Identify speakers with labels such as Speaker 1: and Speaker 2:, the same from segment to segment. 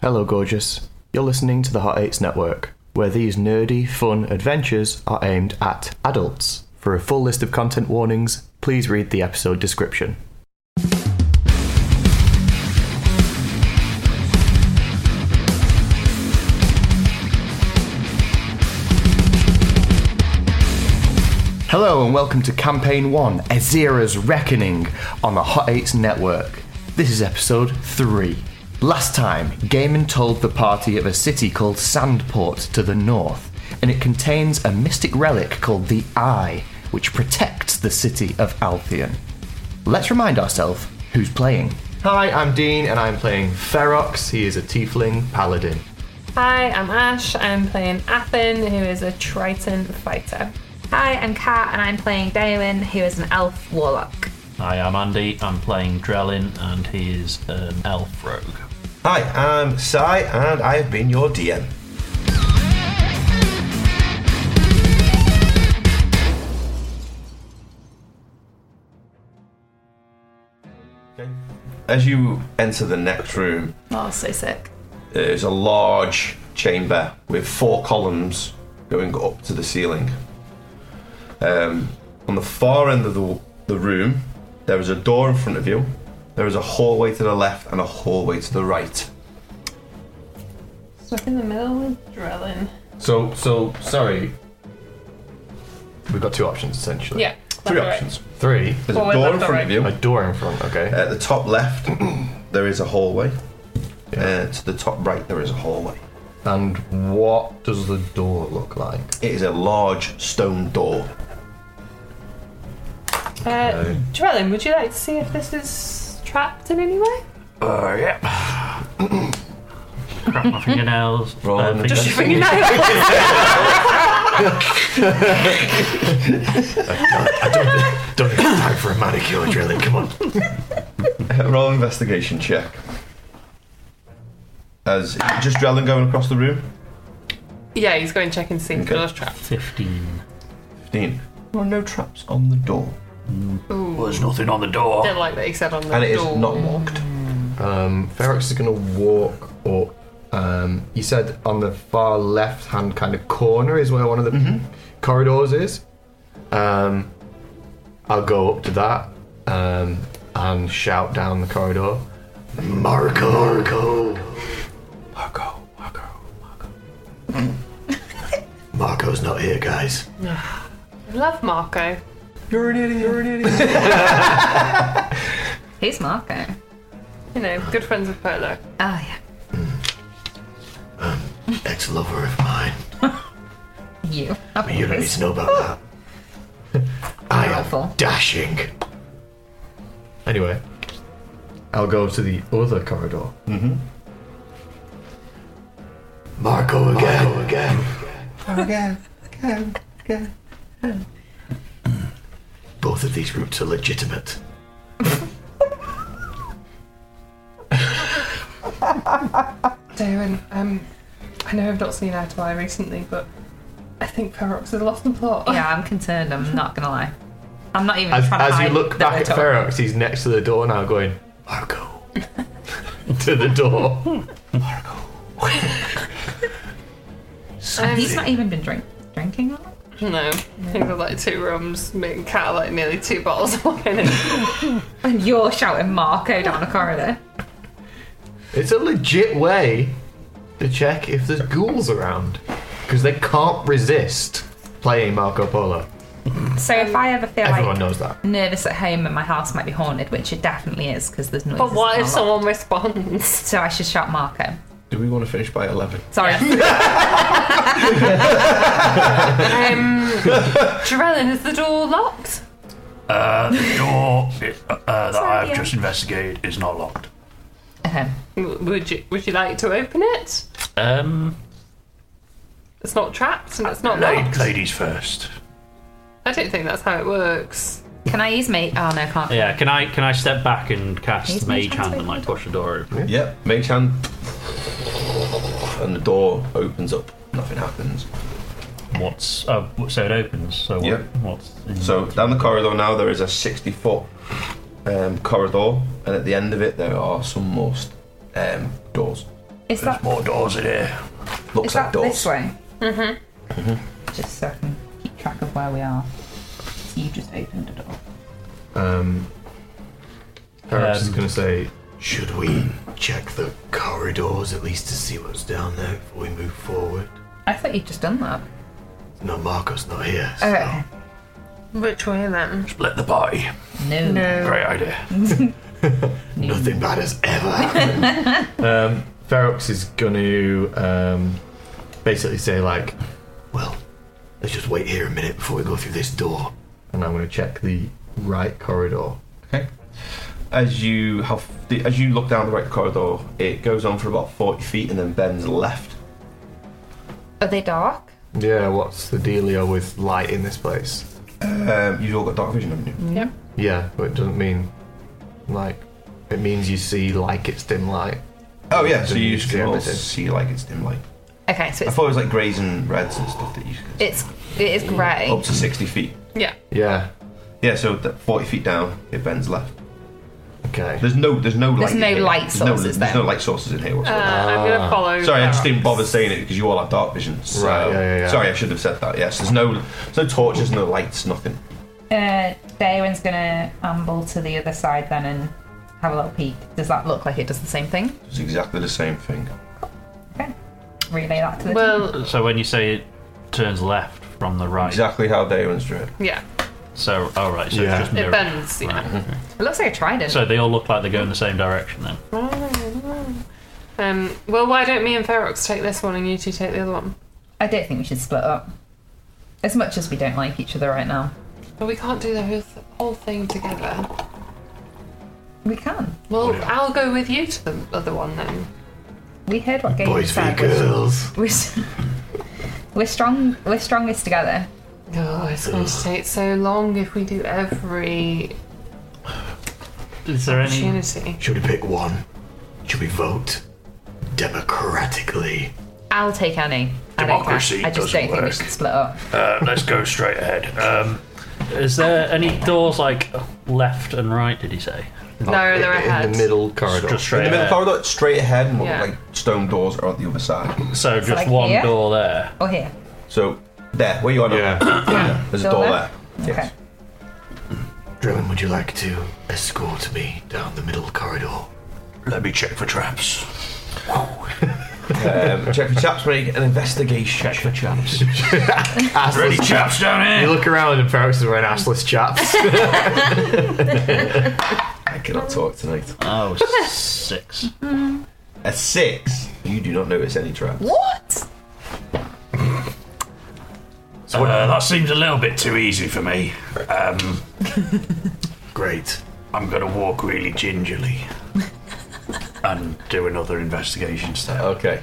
Speaker 1: Hello, gorgeous. You're listening to the Hot Eights Network, where these nerdy, fun adventures are aimed at adults. For a full list of content warnings, please read the episode description. Hello and welcome to Campaign 1 Azira's Reckoning on the Hot 8 Network. This is episode 3. Last time, Gaiman told the party of a city called Sandport to the north, and it contains a mystic relic called the Eye, which protects the city of Altheon. Let's remind ourselves who's playing. Hi, I'm Dean, and I'm playing Ferox. He is a tiefling paladin.
Speaker 2: Hi, I'm Ash. I'm playing Athen, who is a Triton fighter.
Speaker 3: Hi, I'm Kat, and I'm playing Damon, who is an elf warlock.
Speaker 4: Hi, I'm Andy. I'm playing Drellin, and he is an elf rogue.
Speaker 5: Hi, I'm Sai, and I have been your DM. As you enter the next room,
Speaker 3: Oh, so sick.
Speaker 5: it is a large chamber with four columns going up to the ceiling. Um, on the far end of the, the room, there is a door in front of you. There is a hallway to the left and a hallway to the right.
Speaker 2: Stuck in the middle with Drellin.
Speaker 1: So, so sorry. We've got two options essentially.
Speaker 2: Yeah.
Speaker 5: Three
Speaker 2: that's right.
Speaker 5: options.
Speaker 1: Three.
Speaker 5: There's
Speaker 2: Forward,
Speaker 5: a door in
Speaker 2: left, or
Speaker 5: front of
Speaker 2: right?
Speaker 5: you.
Speaker 1: A door in front. Okay.
Speaker 5: At the top left, there is a hallway.
Speaker 1: Yeah.
Speaker 5: Uh, to the top right, there is a hallway.
Speaker 1: And what does the door look like?
Speaker 5: It is a large stone door.
Speaker 2: Uh, Drellin, would you like to see if this is trapped in any way?
Speaker 5: Oh,
Speaker 1: Uh, yeah.
Speaker 4: Crap, my fingernails.
Speaker 5: Roll
Speaker 4: Uh,
Speaker 5: an
Speaker 4: finger-
Speaker 5: Just
Speaker 2: You know,
Speaker 1: Don't have time for a manicure drilling. Come on.
Speaker 5: Roll an investigation check. As just Drellin going across the room.
Speaker 2: yeah, he's going to check and see if
Speaker 5: Okay.
Speaker 2: the door's trapped.
Speaker 4: 15.
Speaker 5: 15. There are no traps on the door.
Speaker 2: Ooh,
Speaker 4: There's nothing on the door.
Speaker 2: didn't like that he said on the
Speaker 5: And it is
Speaker 2: door.
Speaker 5: not locked.
Speaker 1: Um, Ferox is gonna walk up. Um, you said on the far left-hand kind of corner is where one of the corridors is. Um, I'll go up to that um, and shout down the corridor. Marco. Marco. Marco. Marco. Marco. Marco's not here, guys.
Speaker 2: I love Marco.
Speaker 5: You're an idiot, you're an idiot.
Speaker 3: Who's Marco?
Speaker 2: You know, good friends with Polo.
Speaker 3: Oh, yeah.
Speaker 1: Ex-lover of mine.
Speaker 3: You.
Speaker 1: You don't need to know about that. I
Speaker 3: Awful.
Speaker 1: am dashing. Anyway, I'll go to the other corridor. Mm-hmm. Marco again. Marco again. Both of these routes are legitimate.
Speaker 2: Damon, um, I know I've not seen Eye to Eye recently, but I think Ferox has lost the plot.
Speaker 3: Yeah, I'm concerned, I'm not gonna lie. I'm not even
Speaker 1: As,
Speaker 3: trying to
Speaker 1: as you
Speaker 3: hide
Speaker 1: look
Speaker 3: that
Speaker 1: back
Speaker 3: we're
Speaker 1: at
Speaker 3: talking.
Speaker 1: Ferox, he's next to the door now going, Marco. to the door. Marco.
Speaker 3: Um, He's not even been drink- drinking a lot.
Speaker 2: No, I think there's like two rooms, me and Kat are, like nearly two bottles of wine in it.
Speaker 3: And you're shouting Marco down the corridor.
Speaker 1: It's a legit way to check if there's ghouls around. Because they can't resist playing Marco Polo.
Speaker 3: So if I ever feel
Speaker 1: Everyone
Speaker 3: like
Speaker 1: knows that.
Speaker 3: nervous at home and my house might be haunted, which it definitely is because there's noises.
Speaker 2: But what
Speaker 3: and
Speaker 2: if
Speaker 3: all
Speaker 2: someone responds?
Speaker 3: that. So I should shout Marco.
Speaker 5: Do we want to finish by 11?
Speaker 3: Sorry.
Speaker 2: Um, Drellin, is the door locked?
Speaker 6: Uh, the door i- uh, that
Speaker 3: Sorry,
Speaker 6: I've
Speaker 3: yeah.
Speaker 6: just investigated is not locked.
Speaker 3: Okay.
Speaker 2: W- Would you Would you like to open it?
Speaker 6: Um,
Speaker 2: It's not trapped and it's not
Speaker 6: la-
Speaker 2: locked.
Speaker 6: ladies first.
Speaker 2: I don't think that's how it works.
Speaker 3: Can I use mate? Oh no, can't.
Speaker 4: Yeah, can I can I step back and
Speaker 3: He's
Speaker 4: cast
Speaker 3: my
Speaker 4: Mage Hand
Speaker 3: translator.
Speaker 4: and like push the door open?
Speaker 5: Yep, mage hand. And the door opens up. Nothing happens.
Speaker 4: What's uh, so it opens? So what,
Speaker 5: Yep.
Speaker 4: what's in
Speaker 5: So down the corridor now, there is a 60 foot um, corridor, and at the end of it, there are some more st- um, doors.
Speaker 3: Is that,
Speaker 6: More doors in here.
Speaker 5: Looks
Speaker 3: is
Speaker 5: like
Speaker 3: that
Speaker 5: doors.
Speaker 3: this way? Mm-hmm. Just so I can keep track of where we are. So you just opened a door.
Speaker 1: Um, Parrox is
Speaker 4: Um,
Speaker 1: going to say, Should we check the corridors at least to see what's down there before we move forward?
Speaker 3: I thought you'd just done that.
Speaker 1: No, Marco's not here. so-
Speaker 3: Oh, Okay.
Speaker 2: Which way then?
Speaker 6: Split the party.
Speaker 3: No.
Speaker 2: No.
Speaker 6: Great idea.
Speaker 1: Nothing bad has ever happened. um, Ferox is going to um, basically say, like, well, let's just wait here a minute before we go through this door. And I'm going to check the right corridor.
Speaker 5: Okay. As you have, the, as you look down the right corridor, it goes on for about forty feet and then bends left.
Speaker 7: Are they dark?
Speaker 1: Yeah, what's the dealio with light in this place?
Speaker 5: Um, you've all got dark vision, haven't you?
Speaker 1: Yeah, but it doesn't mean like it means you see like it's dim light.
Speaker 5: Oh yeah, so
Speaker 1: Then
Speaker 5: you
Speaker 1: you
Speaker 5: just
Speaker 1: see
Speaker 5: can all
Speaker 1: everything.
Speaker 5: see like it's dim light.
Speaker 7: Okay, so
Speaker 5: I
Speaker 7: it's
Speaker 5: thought it was like greys and reds and stuff that you could
Speaker 7: it's it is grey.
Speaker 5: up to sixty feet.
Speaker 2: Yeah.
Speaker 1: Yeah.
Speaker 5: Yeah, so that forty feet down, it bends left.
Speaker 1: Okay.
Speaker 5: There's no, there's no light.
Speaker 7: There's
Speaker 5: in
Speaker 7: no
Speaker 5: here.
Speaker 7: light sources
Speaker 5: There's
Speaker 7: there.
Speaker 5: no light sources in here
Speaker 2: Uh,
Speaker 5: whatsoever.
Speaker 2: I'm gonna follow.
Speaker 5: Ah. Sorry, I
Speaker 2: Ferox.
Speaker 5: just didn't bother saying it because you all have dark vision. So.
Speaker 1: Right, yeah, yeah, yeah.
Speaker 5: Sorry, I should have said that. Yes, there's no, there's no torches, no lights, nothing.
Speaker 3: Uh, Daywin's gonna amble to the other side then and have a little peek. Does that look like it does the same thing?
Speaker 5: It's exactly the same thing.
Speaker 3: Okay. Relay that to the
Speaker 2: Well,
Speaker 4: So when you say it turns left from the right,
Speaker 5: Exactly how Daywin's drew it.
Speaker 2: yeah.
Speaker 4: so all right, so
Speaker 1: Yeah.
Speaker 4: it's just
Speaker 2: It
Speaker 4: mirror.
Speaker 2: bends. Yeah.
Speaker 3: team. It looks like a trident.
Speaker 4: So they all look like they go in the same direction then.
Speaker 2: Um. Well, why don't me and Ferox take this one and you two take the other one?
Speaker 3: I don't think we should split up. As much as we don't like each other right now,
Speaker 2: But we can't do the whole- whole thing together.
Speaker 3: we can.
Speaker 5: Oh,
Speaker 2: Well, I'll go with you to the other one then.
Speaker 3: We heard what Gabe
Speaker 1: Boys v
Speaker 3: said. We're,
Speaker 1: girls.
Speaker 3: we're, s- we're strong. We're strongest together.
Speaker 2: Oh, it's going to take so long if we do every
Speaker 4: Is there any?
Speaker 2: opportunity.
Speaker 1: Should we pick one? Should we vote? Democratically.
Speaker 7: I'll take Annie. I don't
Speaker 6: Democracy
Speaker 7: care. I just
Speaker 6: doesn't
Speaker 7: don't think we
Speaker 6: work.
Speaker 7: should split up.
Speaker 6: Uh, let's go straight ahead. Um,
Speaker 4: Is there any doors like left and right? Did he say?
Speaker 2: No, they're
Speaker 1: in,
Speaker 2: ahead.
Speaker 1: the middle corridor.
Speaker 4: Just straight.
Speaker 5: In the middle
Speaker 4: ahead.
Speaker 5: corridor, it's straight ahead, and what
Speaker 2: Yeah.
Speaker 5: look like stone doors are on the other side.
Speaker 4: So just
Speaker 3: like
Speaker 4: one
Speaker 3: here?
Speaker 4: door there.
Speaker 3: Or here.
Speaker 5: So there, where you are now,
Speaker 1: yeah.
Speaker 5: there's a
Speaker 3: Door
Speaker 5: door there.
Speaker 3: there?
Speaker 5: Yes.
Speaker 3: Okay.
Speaker 1: Drillin, would you like to escort me down the middle corridor?
Speaker 6: let me check for traps.
Speaker 5: Um, check for chaps. Make an investigation. Check for chaps.
Speaker 6: Any
Speaker 1: Assless
Speaker 6: traps down
Speaker 1: You
Speaker 6: here?
Speaker 1: look around and Ferox is wearing assless chaps.
Speaker 5: I cannot talk tonight.
Speaker 4: Oh, six.
Speaker 5: A six. You do not notice any traps.
Speaker 3: What?
Speaker 6: Uh, that seems a little bit too easy for me. Um,
Speaker 1: Great.
Speaker 6: I'm gonna walk really gingerly and do another investigation step.
Speaker 5: Okay.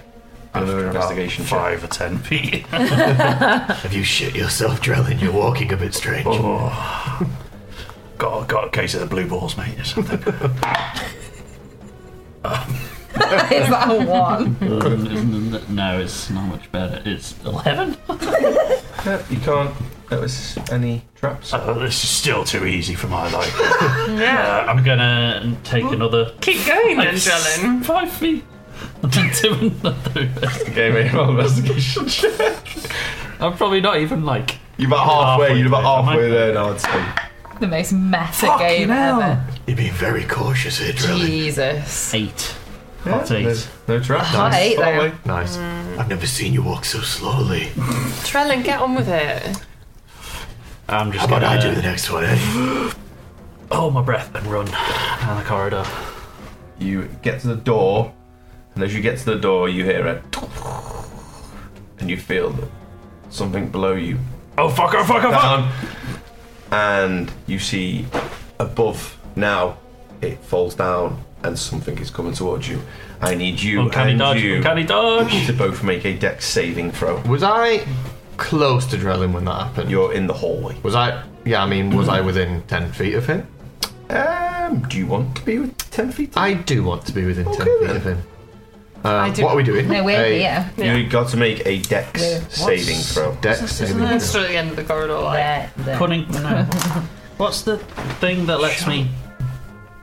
Speaker 5: Another
Speaker 6: About
Speaker 5: investigation check.
Speaker 6: Five or ten feet.
Speaker 1: Have you shit yourself, Drellin? You're walking a bit strange.
Speaker 5: Oh.
Speaker 6: got got a case of the blue balls, mate, or something.
Speaker 3: Is that a one?
Speaker 4: no, it's not much better. It's eleven.
Speaker 5: Yeah, you can't notice any traps.
Speaker 6: Uh, this is still too easy for my life.
Speaker 4: Yeah. I'm gonna take another
Speaker 2: Keep going then,
Speaker 4: It's
Speaker 2: Jelen.
Speaker 4: five feet. And then do another investigation.
Speaker 5: Okay, make an investigation check.
Speaker 4: I'm probably not even like.
Speaker 5: You're about halfway.
Speaker 4: Halfway
Speaker 5: you're about
Speaker 4: there, am I?
Speaker 5: halfway there now. I'd say.
Speaker 3: the most meta game ever.
Speaker 1: You're being very cautious here, Drellin.
Speaker 3: Jesus.
Speaker 4: Eight.
Speaker 5: Yeah,
Speaker 4: Hot eight.
Speaker 5: there's No traps.
Speaker 3: Hot eight
Speaker 5: Follow
Speaker 3: there.
Speaker 5: me.
Speaker 1: Nice. I've never seen you walk so slowly.
Speaker 2: Trellin, get on with it.
Speaker 4: I'm just
Speaker 1: How about
Speaker 4: gonna.
Speaker 1: I do the next one, eh?
Speaker 4: hold my breath and run down the corridor.
Speaker 5: You get to the door, and as you get to the door, you hear it, and you feel that something below you
Speaker 6: oh fuck! Oh fuck! Oh fuck!
Speaker 5: down, and you see above now it falls down, and something is coming towards you. I need you
Speaker 4: Uncanny
Speaker 5: and
Speaker 4: dodge.
Speaker 5: you
Speaker 4: Uncanny dodge.
Speaker 5: to both make a deck saving throw.
Speaker 1: Was I close to Drellin when that happened?
Speaker 5: You're in the hallway.
Speaker 1: Was I? Yeah, I mean, was I within ten feet of him?
Speaker 5: Um, do you want to be with ten feet?
Speaker 1: I do want to be within ten
Speaker 5: Okay,
Speaker 1: feet
Speaker 5: then.
Speaker 1: of him.
Speaker 2: I
Speaker 1: Um,
Speaker 2: do-
Speaker 1: what are we doing?
Speaker 3: No, we're
Speaker 1: A
Speaker 3: here.
Speaker 5: You got to make a dex
Speaker 3: Yeah.
Speaker 5: saving throw.
Speaker 1: Dex saving.
Speaker 2: It's
Speaker 1: throw.
Speaker 2: still at the end of the corridor, like.
Speaker 3: There, there.
Speaker 4: Cunning. No. What's the thing that lets me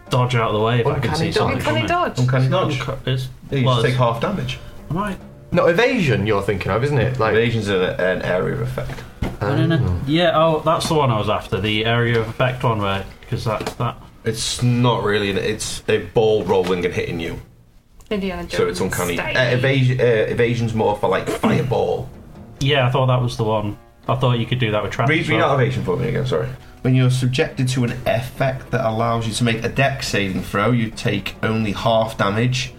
Speaker 4: dodge out of the way if I can
Speaker 1: Uncanny
Speaker 4: see
Speaker 1: dodge.
Speaker 4: something.
Speaker 2: Uncanny
Speaker 4: coming.
Speaker 2: dodge.
Speaker 5: Uncanny dodge.
Speaker 4: Unca- It's,
Speaker 5: Yeah, you
Speaker 4: well,
Speaker 5: just take
Speaker 4: it's,
Speaker 5: half damage.
Speaker 4: am I-
Speaker 1: No, evasion you're thinking of, isn't it? Like,
Speaker 5: Evasion's an, an area of effect.
Speaker 4: No, no, no. Yeah, oh, that's the one I was after. The area of effect one, where because that that
Speaker 5: It's not really. An, it's a ball rolling and hitting you,
Speaker 2: Indiana Jones.
Speaker 5: so it's uncanny.
Speaker 2: style.
Speaker 5: Uh, evasion, uh, evasion's more for like fireball.
Speaker 4: yeah, I thought that was the one. I thought you could do that with traps.
Speaker 5: Read,
Speaker 4: as
Speaker 5: read
Speaker 4: well.
Speaker 5: out evasion for me again. Sorry. When you're subjected to an effect that allows you to make a deck saving throw, you take only half damage.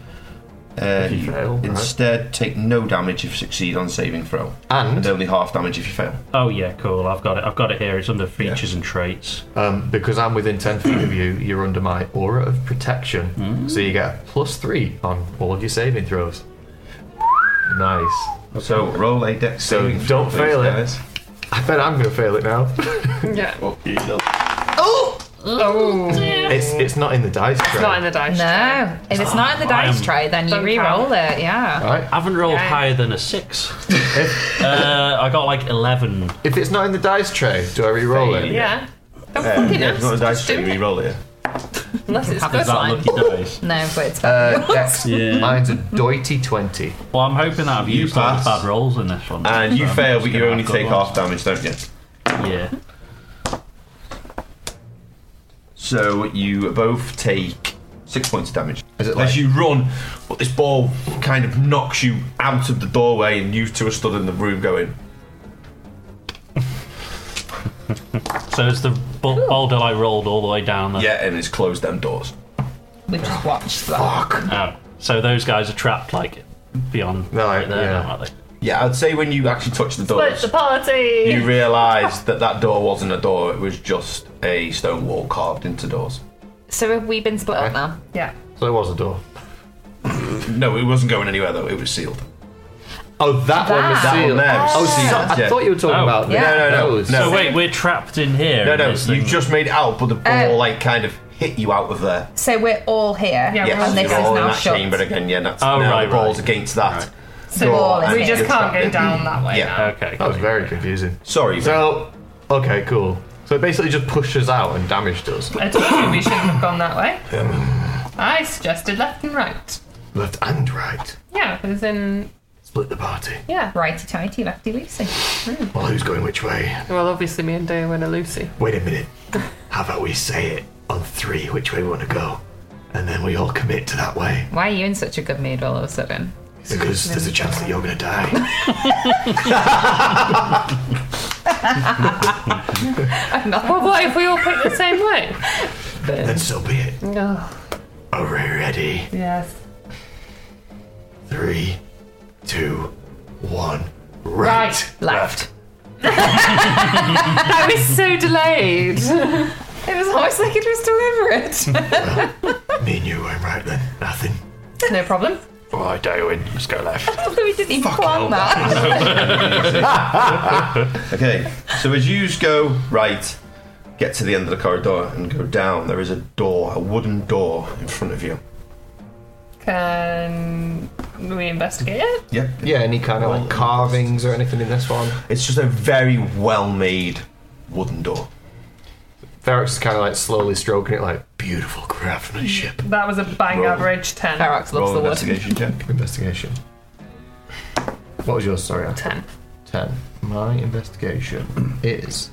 Speaker 5: Uh,
Speaker 1: you fail, right.
Speaker 5: Instead, take no damage if you succeed on saving throw,
Speaker 1: And?
Speaker 5: and only half damage if you fail.
Speaker 4: Oh yeah, cool. I've got it. I've got it here. It's under features and traits.
Speaker 1: um, because I'm within 10 feet of you, you're under my aura of protection.
Speaker 5: Mm.
Speaker 1: So you get a plus three on all of your saving throws. Nice.
Speaker 5: So roll a deck
Speaker 1: So
Speaker 5: saving. throw,
Speaker 1: don't
Speaker 5: please,
Speaker 1: fail it.
Speaker 5: guys.
Speaker 1: I bet I'm going to fail it now.
Speaker 2: Yeah.
Speaker 1: It's it's not in the dice tray.
Speaker 2: Oh, Not in the dice. tray.
Speaker 3: No, if it's not in the
Speaker 4: I
Speaker 3: dice
Speaker 4: am-
Speaker 3: tray, then you
Speaker 2: Don't
Speaker 3: re-roll
Speaker 2: count.
Speaker 3: it. Yeah.
Speaker 1: Right?
Speaker 4: I haven't rolled
Speaker 2: Yeah.
Speaker 4: higher than a six. uh, I got like eleven.
Speaker 1: If it's not in the dice tray, do I re-roll it?
Speaker 2: Yeah. Don't
Speaker 5: Uh,
Speaker 2: fucking
Speaker 5: yeah, it's
Speaker 2: ask.
Speaker 5: not a dice
Speaker 2: Just
Speaker 5: thing.
Speaker 2: do
Speaker 5: We
Speaker 2: it.
Speaker 5: roll it.
Speaker 2: Unless it's
Speaker 4: Is
Speaker 2: good.
Speaker 4: that
Speaker 3: fine.
Speaker 4: lucky dice?
Speaker 3: No, but it's
Speaker 1: Uh, Dex.
Speaker 4: Yeah.
Speaker 1: Mine's a doity 20.
Speaker 4: Well, I'm hoping that I've
Speaker 5: You
Speaker 4: used all the
Speaker 5: pass.
Speaker 4: bad rolls in this one.
Speaker 5: And you
Speaker 4: So I'm
Speaker 5: fail,
Speaker 4: just
Speaker 5: but you
Speaker 4: gonna
Speaker 5: only
Speaker 4: have
Speaker 5: take
Speaker 4: good
Speaker 5: half
Speaker 4: ones.
Speaker 5: damage, don't you?
Speaker 4: Yeah.
Speaker 5: So you both take six points of damage.
Speaker 1: Is it like-
Speaker 5: As you run, but this ball kind of knocks you out of the doorway, and you two are stood in the room going,
Speaker 4: So is the bu- boulder I rolled all the way down there?
Speaker 5: yeah, and it's closed them doors.
Speaker 3: We've just watched that.
Speaker 4: Oh, so those guys are trapped like beyond
Speaker 1: No,
Speaker 4: right there,
Speaker 1: yeah.
Speaker 4: now, aren't they?
Speaker 5: Yeah, I'd say when you actually touch the doors,
Speaker 2: party.
Speaker 5: you realise that that door wasn't a door, it was just a stone wall carved into doors.
Speaker 3: So have we been split up now?
Speaker 2: Yeah.
Speaker 1: So there was a door.
Speaker 5: No, it wasn't going anywhere though, it was sealed.
Speaker 1: Oh, that, one was
Speaker 3: That
Speaker 5: one
Speaker 1: sealed.
Speaker 5: there was
Speaker 1: Oh, so-
Speaker 5: sealed,
Speaker 1: I
Speaker 5: yeah.
Speaker 1: thought you were talking
Speaker 4: Oh.
Speaker 1: about
Speaker 3: Yeah.
Speaker 5: No, no, no,
Speaker 1: those.
Speaker 5: no.
Speaker 4: So wait, we're trapped in here.
Speaker 5: No,
Speaker 4: in
Speaker 5: no,
Speaker 4: this thing.
Speaker 5: you just made it out, but the ball
Speaker 3: Oh.
Speaker 5: like kind of hit you out of there.
Speaker 3: So we're all here,
Speaker 2: Yeah,
Speaker 5: Yes,
Speaker 2: we're all
Speaker 3: and this
Speaker 5: you're
Speaker 3: is
Speaker 5: all in
Speaker 3: now
Speaker 5: that
Speaker 3: shut.
Speaker 5: chamber again. Yeah, that's
Speaker 4: Oh,
Speaker 5: now
Speaker 4: right,
Speaker 5: the ball's
Speaker 4: right.
Speaker 5: against that.
Speaker 3: So we're all in
Speaker 5: and
Speaker 3: it.
Speaker 2: We just
Speaker 5: you're
Speaker 2: can't
Speaker 5: trapped
Speaker 2: go
Speaker 5: in.
Speaker 2: down that way.
Speaker 5: Yeah.
Speaker 4: Okay.
Speaker 1: That was
Speaker 4: cool.
Speaker 1: very confusing.
Speaker 5: Sorry, mate.
Speaker 1: So, okay, cool. So it basically just pushed us out and damaged us.
Speaker 2: I told you we shouldn't have gone that way. I suggested left and right.
Speaker 1: Um, Left and right.
Speaker 2: Yeah, because in
Speaker 1: Split the party.
Speaker 2: yeah.
Speaker 3: Righty tighty, lefty loosey.
Speaker 1: Well, who's going which way?
Speaker 2: Well, obviously me and Daywin are Lucy.
Speaker 1: Wait a minute. How about we say it on three which way we want to go? And then we all commit to that way.
Speaker 3: Why are you in such a good mood all of a sudden?
Speaker 1: Because there's a chance that you're going to die.
Speaker 3: I'm not.
Speaker 2: Well, what if Oh, we all pick the same way?
Speaker 1: then so be it.
Speaker 2: Oh,
Speaker 1: Are we ready?
Speaker 2: yes.
Speaker 1: Three, two, one.
Speaker 2: Right.
Speaker 3: Left.
Speaker 2: I was so delayed.
Speaker 3: It was almost like it was deliberate.
Speaker 1: Me and you went right then. Nothing.
Speaker 2: no problem.
Speaker 6: All right, Darwin, let's go left.
Speaker 3: we didn't even plan that.
Speaker 5: Okay, so as you go right, get to the end of the corridor and go down, there is a door, a wooden door in front of you.
Speaker 2: Can we investigate it?
Speaker 5: Yep.
Speaker 1: Yeah, any kind of like carvings or anything in this one?
Speaker 5: It's just a very well made wooden door.
Speaker 1: Ferox is kind of like slowly stroking it, like beautiful craftsmanship.
Speaker 2: That was a bang
Speaker 5: Roll.
Speaker 2: average ten.
Speaker 3: Ferox loves the
Speaker 5: Roll
Speaker 3: wood.
Speaker 5: investigation check.
Speaker 1: Investigation. What was yours? Sorry, Anne.
Speaker 2: Ten.
Speaker 1: ten. My investigation is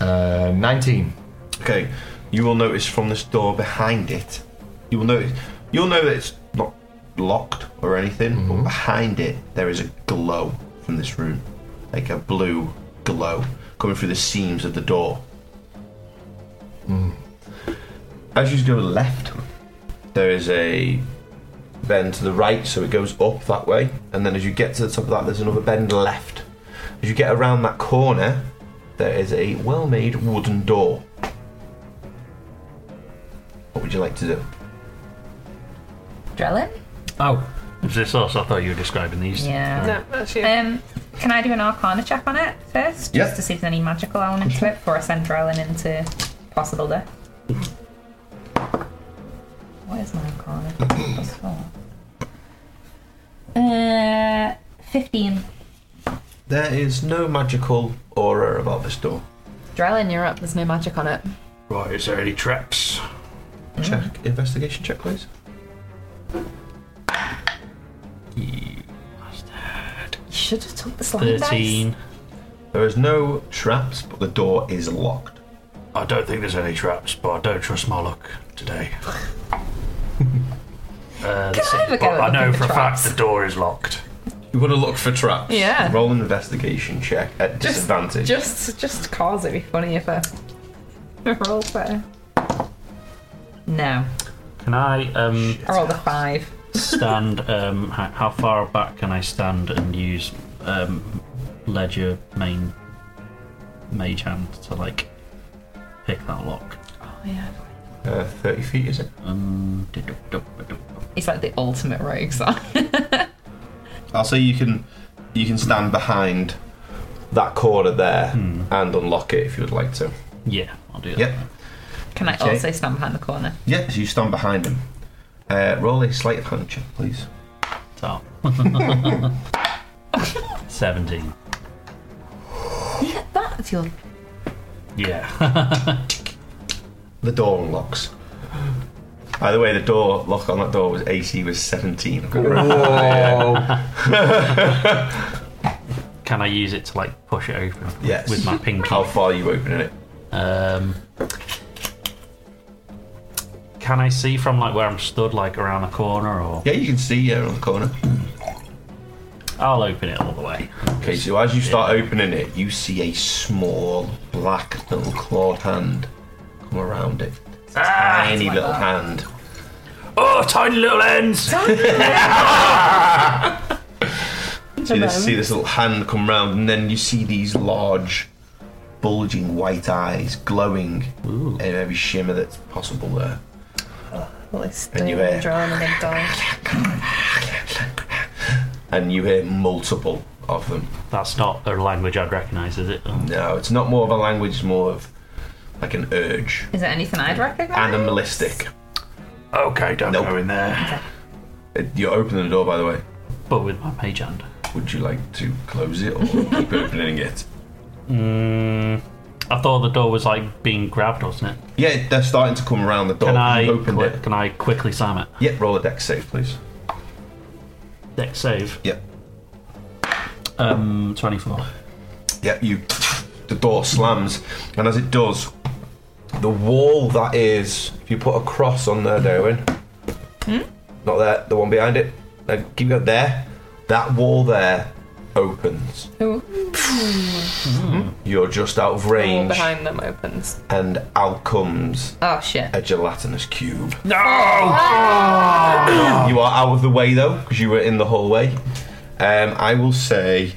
Speaker 1: uh, nineteen.
Speaker 5: Okay, you will notice from this door behind it, you will notice, you'll know that it's not locked or anything, but behind it there is a glow from this room, like a blue glow coming through the seams of the door. As you go left, there is a bend to the right, so it goes up that way, and then as you get to the top of that, there's another bend left. As you get around that corner, there is a well-made wooden door. What would you like to do?
Speaker 3: Drellin?
Speaker 4: Oh, is this us? I thought you were describing these.
Speaker 3: Yeah.
Speaker 2: No, that's you.
Speaker 3: Um, can I do an Arcana check on it first,
Speaker 5: Yeah.
Speaker 3: just to see if there's any magical element to it before I send Drellin into possible death? What is my Arcana? Plus four. Uh, fifteen.
Speaker 5: There is no magical aura about this door.
Speaker 3: Drellin, you're up. There's no magic on it.
Speaker 6: Right, is there any traps?
Speaker 5: Check investigation check, please.
Speaker 3: You should have took the slime dice.
Speaker 4: Thirteen.
Speaker 5: There is no traps, but the door is locked.
Speaker 6: I don't think there's any traps, but I don't trust my luck today. Uh,
Speaker 3: Can I have a go
Speaker 6: but
Speaker 3: at
Speaker 6: I know
Speaker 3: looking
Speaker 6: for
Speaker 3: for
Speaker 6: a fact
Speaker 3: traps?
Speaker 6: the door is locked.
Speaker 5: You want to look for traps?
Speaker 3: Yeah.
Speaker 5: Roll an investigation check at
Speaker 3: Just,
Speaker 5: disadvantage.
Speaker 3: just, just cause it'd be funny if a a roll better. No,
Speaker 4: Can I um,
Speaker 3: I rolled a five.
Speaker 4: stand? Um, how, how far back can I stand and use um, ledger main mage hand to like pick that lock?
Speaker 3: Oh yeah.
Speaker 5: Uh, 30 feet, is it?
Speaker 4: Um, do-do-do-do-do.
Speaker 3: It's like the ultimate rogue sign.
Speaker 5: I'll say you can you can stand behind that corner there and unlock it if you would like to.
Speaker 4: yeah, I'll do that.
Speaker 5: Hmm. Yep.
Speaker 3: Can I
Speaker 5: Okay.
Speaker 3: also stand behind the corner?
Speaker 5: Yeah, so you stand behind him. Uh, roll a sleight of hand check, please.
Speaker 4: So. Seventeen.
Speaker 3: Yeah, that's your.
Speaker 4: Yeah.
Speaker 5: The door unlocks. By the way, the door lock on that door was AC was 17. I've got it right.
Speaker 4: can I use it to like push it open? with-
Speaker 5: Yes.
Speaker 4: With my ping
Speaker 5: How
Speaker 4: cloud.
Speaker 5: far are you opening it?
Speaker 4: Um, can I see from like where I'm stood, like around the corner, or
Speaker 5: Yeah, you can see yeah, around the corner.
Speaker 4: I'll open it all the way.
Speaker 5: Okay, so as you start opening it, you see a small black little clawed hand come around it.
Speaker 4: Ah!
Speaker 5: Tiny little hand.
Speaker 4: Oh, tiny little ends!
Speaker 5: So you see this little hand come round, and then you see these large, bulging white eyes glowing in every shimmer that's possible there.
Speaker 2: Well, it's the
Speaker 5: you hear-
Speaker 2: drama they die.
Speaker 5: And you hear multiple of them.
Speaker 4: That's not a language I'd recognise, is it? Oh,
Speaker 5: No, it's not more of a language, it's more of like an urge.
Speaker 3: Is there anything I'd recognise?
Speaker 5: Animalistic.
Speaker 6: Okay, don't
Speaker 5: Nope.
Speaker 6: go in there.
Speaker 5: It- Uh, You're opening the door, by the way.
Speaker 4: But with my mage hand.
Speaker 5: Would you like to close it or keep opening it?
Speaker 4: Mm, I thought the door was like being grabbed, wasn't it?
Speaker 5: Yeah, they're starting to come around the door.
Speaker 4: Can I
Speaker 5: Oh, You opened
Speaker 4: qui-
Speaker 5: it.
Speaker 4: can I quickly slam it?
Speaker 5: Yep, roll a deck save, please.
Speaker 4: Deck save.
Speaker 5: Yep.
Speaker 4: Um, twenty-four.
Speaker 5: Yep, you. The door slams, and as it does, the wall that is. If you put a cross on there, Darwin.
Speaker 2: Hmm?
Speaker 5: Not there, the one behind it. Now, keep it there. That wall there opens.
Speaker 2: Ooh.
Speaker 5: You're just out of
Speaker 2: The wall
Speaker 5: range,
Speaker 2: behind them opens.
Speaker 5: and out comes
Speaker 3: Oh shit.
Speaker 5: a gelatinous cube. No! you are out of the way though, because you were in the hallway. Um, I will say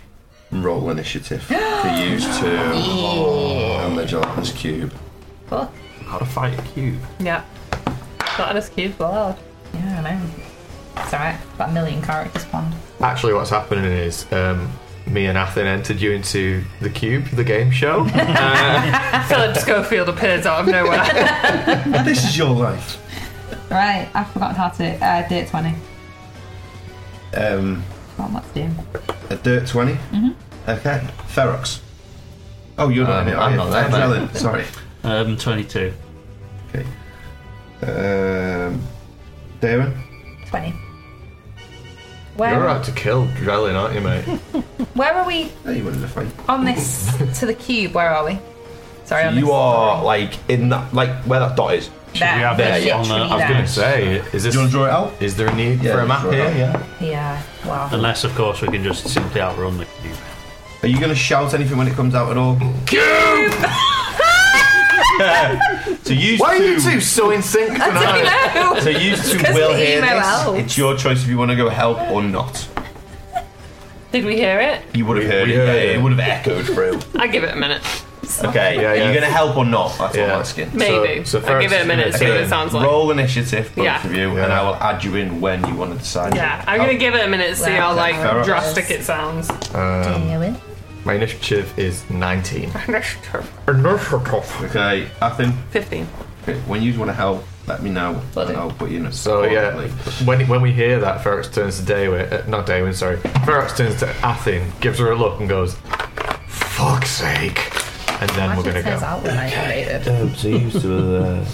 Speaker 5: roll initiative for you two and the gelatinous cube.
Speaker 3: Fuck.
Speaker 4: How to fight a cube?
Speaker 2: Yeah. Not an escape blood.
Speaker 3: Yeah, I know. It's alright. That million characters spawned.
Speaker 1: Actually, what's happening is um, me and Athen entered you into the cube, the game show.
Speaker 2: Philip Schofield appears out of nowhere.
Speaker 5: This is your life.
Speaker 3: Right, I've forgotten how to uh, do it 20.
Speaker 5: Um,
Speaker 3: Not much to do.
Speaker 5: a dirt 20. Mm-hmm. Okay, Ferox. Oh, you're not
Speaker 1: Um,
Speaker 5: in it.
Speaker 1: I'm
Speaker 5: you?
Speaker 1: not there, but-
Speaker 5: Ellen, Sorry.
Speaker 4: Um, twenty-two.
Speaker 5: Okay. Um, Darren.
Speaker 3: 20.
Speaker 1: You're
Speaker 3: Where,
Speaker 1: out to kill Drellin, aren't you, mate?
Speaker 3: where are we
Speaker 5: There you went in the fight.
Speaker 3: on this to the cube? Where are we? Sorry, on
Speaker 5: You
Speaker 3: this.
Speaker 5: are like in that, like where that dot is.
Speaker 3: Should
Speaker 4: we have this
Speaker 5: on
Speaker 4: the- I was
Speaker 1: I say, is this?
Speaker 5: Do you want to draw it out?
Speaker 1: Is there a need
Speaker 5: Yeah,
Speaker 1: for a map
Speaker 5: draw it
Speaker 1: here?
Speaker 5: out.
Speaker 1: Yeah.
Speaker 3: Yeah, wow.
Speaker 4: Unless, of course, we can just simply outrun the cube.
Speaker 5: Are you going to shout anything when it comes out at all? Cube! so you
Speaker 1: Why are
Speaker 5: two,
Speaker 1: you two so in sync
Speaker 3: I
Speaker 1: tonight?
Speaker 3: know!
Speaker 5: So you two
Speaker 3: 'cause
Speaker 5: will
Speaker 3: the
Speaker 5: hear
Speaker 3: emo
Speaker 5: this.
Speaker 3: elves.
Speaker 5: It's your choice if you want to go help or not.
Speaker 2: Did we hear it?
Speaker 5: You would have
Speaker 1: We-
Speaker 5: heard
Speaker 1: we
Speaker 5: it. Yeah,
Speaker 1: heard it.
Speaker 5: it would have echoed through.
Speaker 2: I give it a minute.
Speaker 5: Okay.
Speaker 1: Yeah,
Speaker 5: Are
Speaker 1: yeah.
Speaker 5: you going to help or not? That's all
Speaker 1: Yeah.
Speaker 5: I'm asking.
Speaker 2: Maybe.
Speaker 1: so
Speaker 2: I give
Speaker 1: Ferris
Speaker 2: it a minute.
Speaker 1: is
Speaker 2: See what it
Speaker 1: gonna
Speaker 2: sounds like.
Speaker 5: Roll initiative, both
Speaker 2: Yeah.
Speaker 5: of you, and
Speaker 1: Yeah.
Speaker 5: I will add you in when you want to decide.
Speaker 2: Yeah, I'm
Speaker 5: Oh.
Speaker 2: gonna give it a minute. See how like
Speaker 5: Ferox.
Speaker 2: drastic it sounds.
Speaker 1: Um,
Speaker 3: Anyway.
Speaker 1: my initiative is 19. Initiative.
Speaker 5: Okay, Athen,
Speaker 2: Fifteen.
Speaker 5: okay, when you want to help, let me know,
Speaker 3: Will
Speaker 5: and
Speaker 3: do.
Speaker 5: I'll put you in a
Speaker 1: So yeah,
Speaker 5: accordingly.
Speaker 1: when when we hear that, Ferox turns to Daywin, uh, not Daywin, sorry. Ferox turns to Athen, gives her a look, and goes, "Fuck's sake!" And then we're gonna
Speaker 3: Actually, it says
Speaker 1: go.
Speaker 3: out when I created.
Speaker 5: so used to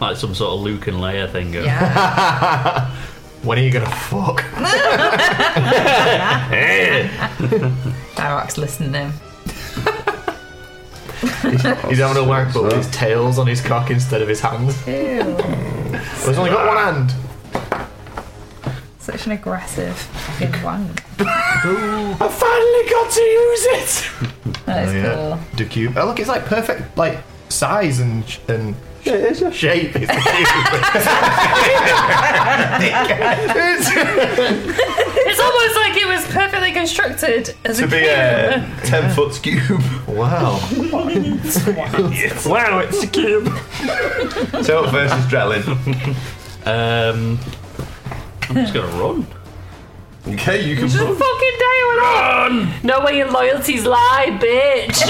Speaker 4: like some sort of Luke and Leia thing going.
Speaker 3: Yeah.
Speaker 1: When are you gonna fuck?
Speaker 3: Barak's listening.
Speaker 1: He's having a wank, but with his tails on his cock instead of his hands.
Speaker 3: Ew.
Speaker 1: Well, he's only got one hand.
Speaker 3: Such an aggressive fucking wank.
Speaker 1: I finally got to use it.
Speaker 3: That
Speaker 1: oh,
Speaker 3: is cool.
Speaker 1: Do cube. Oh look, it's like perfect, like size and sh- and shape. It's a cube.
Speaker 7: It's almost like it was perfectly constructed as
Speaker 5: To be uh, a 10 foot cube.
Speaker 1: wow. wow, it's a cube.
Speaker 5: Tilt versus Drellin.
Speaker 4: Um, I'm just gonna run.
Speaker 5: Okay, you can run.
Speaker 7: fucking day when I No way your loyalties lie, bitch.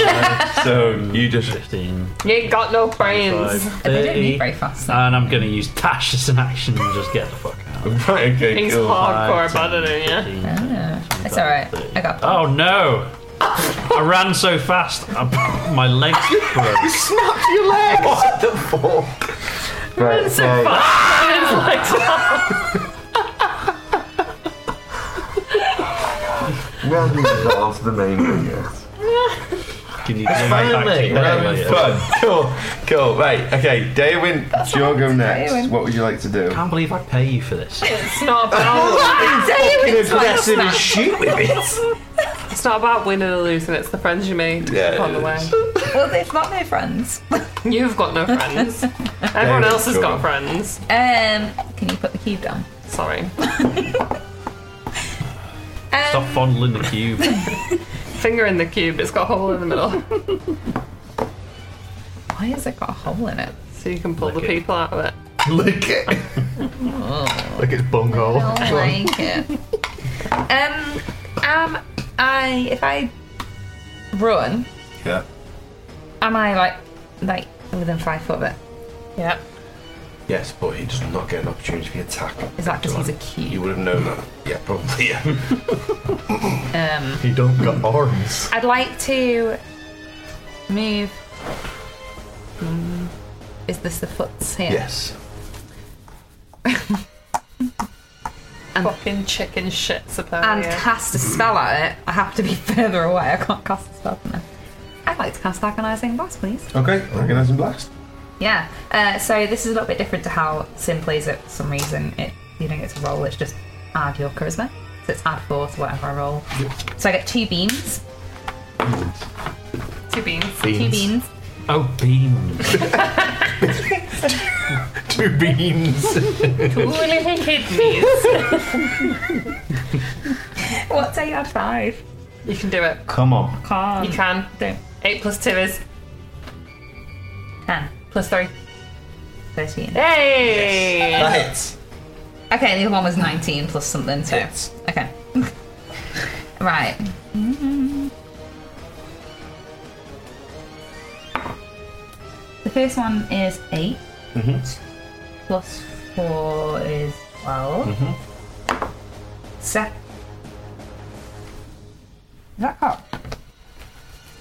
Speaker 5: So you just.
Speaker 4: 15,
Speaker 2: You ain't got no
Speaker 4: five,
Speaker 2: brains.
Speaker 3: They don't
Speaker 4: 30,
Speaker 3: move very fast. though.
Speaker 4: and I'm gonna use dash as an action and just get the fuck out.
Speaker 5: Right, okay,
Speaker 2: He's
Speaker 5: cool.
Speaker 2: hardcore
Speaker 4: Five,
Speaker 2: about it, ain't ya?
Speaker 4: 15.
Speaker 3: It's alright. I got that.
Speaker 4: Oh no! I ran so fast, I, my legs broke.
Speaker 1: Snapped your leg. What the fuck?
Speaker 8: Right, so
Speaker 5: Well, resolve the main thing, yes.
Speaker 4: Can you go back to
Speaker 1: mate.
Speaker 4: your
Speaker 1: Right,
Speaker 4: later?
Speaker 5: Fun, cool, cool. Right, okay, Daywin, you'll go next.
Speaker 3: Daywin.
Speaker 5: What would you like to do?
Speaker 4: I can't believe I pay you for this.
Speaker 2: It's not about
Speaker 3: David, it's like
Speaker 1: Aggressive
Speaker 3: that.
Speaker 1: as shit with it.
Speaker 2: it's not about winning or losing. It's the friends you made
Speaker 5: Yeah,
Speaker 2: on the
Speaker 5: it
Speaker 2: way.
Speaker 5: is.
Speaker 3: Well, they've got no friends.
Speaker 2: You've got no friends. Everyone
Speaker 5: David's
Speaker 2: else has
Speaker 5: got
Speaker 2: got friends.
Speaker 3: Um, can you put the cube down?
Speaker 2: Sorry.
Speaker 4: Stop fondling the cube.
Speaker 2: Finger in the cube. It's got a hole in the middle,
Speaker 3: Why has it got a hole in it?
Speaker 2: so you can pull the
Speaker 4: Lick it.
Speaker 2: people out of it.
Speaker 1: Lick it. Look, it's bunghole.
Speaker 3: I like it. Um, am I if I run,
Speaker 5: Yeah.
Speaker 3: am I like like within five foot of it?
Speaker 7: Yep.
Speaker 5: Yes, but he does not get an opportunity to attack.
Speaker 3: Is that because he's a
Speaker 5: You
Speaker 3: cube?
Speaker 5: would have known that. Yeah, probably. Yeah.
Speaker 3: Um,
Speaker 1: You don't got arms.
Speaker 3: I'd like to move. Hmm, Is this the foots here?
Speaker 5: yes.
Speaker 2: Fucking chicken shit supply.
Speaker 3: and cast a spell at it, I have to be further away. I can't cast a spell from there. I'd like to cast Agonizing Blast, please.
Speaker 5: Okay, organize and blast.
Speaker 3: Yeah. Uh, so this is a little bit different to how Sim plays it. For some reason, it you don't get to roll. It's just add your charisma. So it's add four to whatever I roll. So I get two beams.
Speaker 2: two beans.
Speaker 3: Two beams.
Speaker 4: Oh, beams.
Speaker 1: Two beans.
Speaker 3: What say you add five?
Speaker 2: You can do it.
Speaker 5: Come on.
Speaker 2: You
Speaker 3: Can't.
Speaker 2: can.
Speaker 3: Don't.
Speaker 2: Eight plus two is
Speaker 3: Ten.
Speaker 2: plus three.
Speaker 3: Thirteen.
Speaker 2: Hey!
Speaker 5: That hits.
Speaker 3: Okay, the other one was 19 plus something, so. Okay. right. The first one is 8. Plus 4 is 12. Sec. Is that up?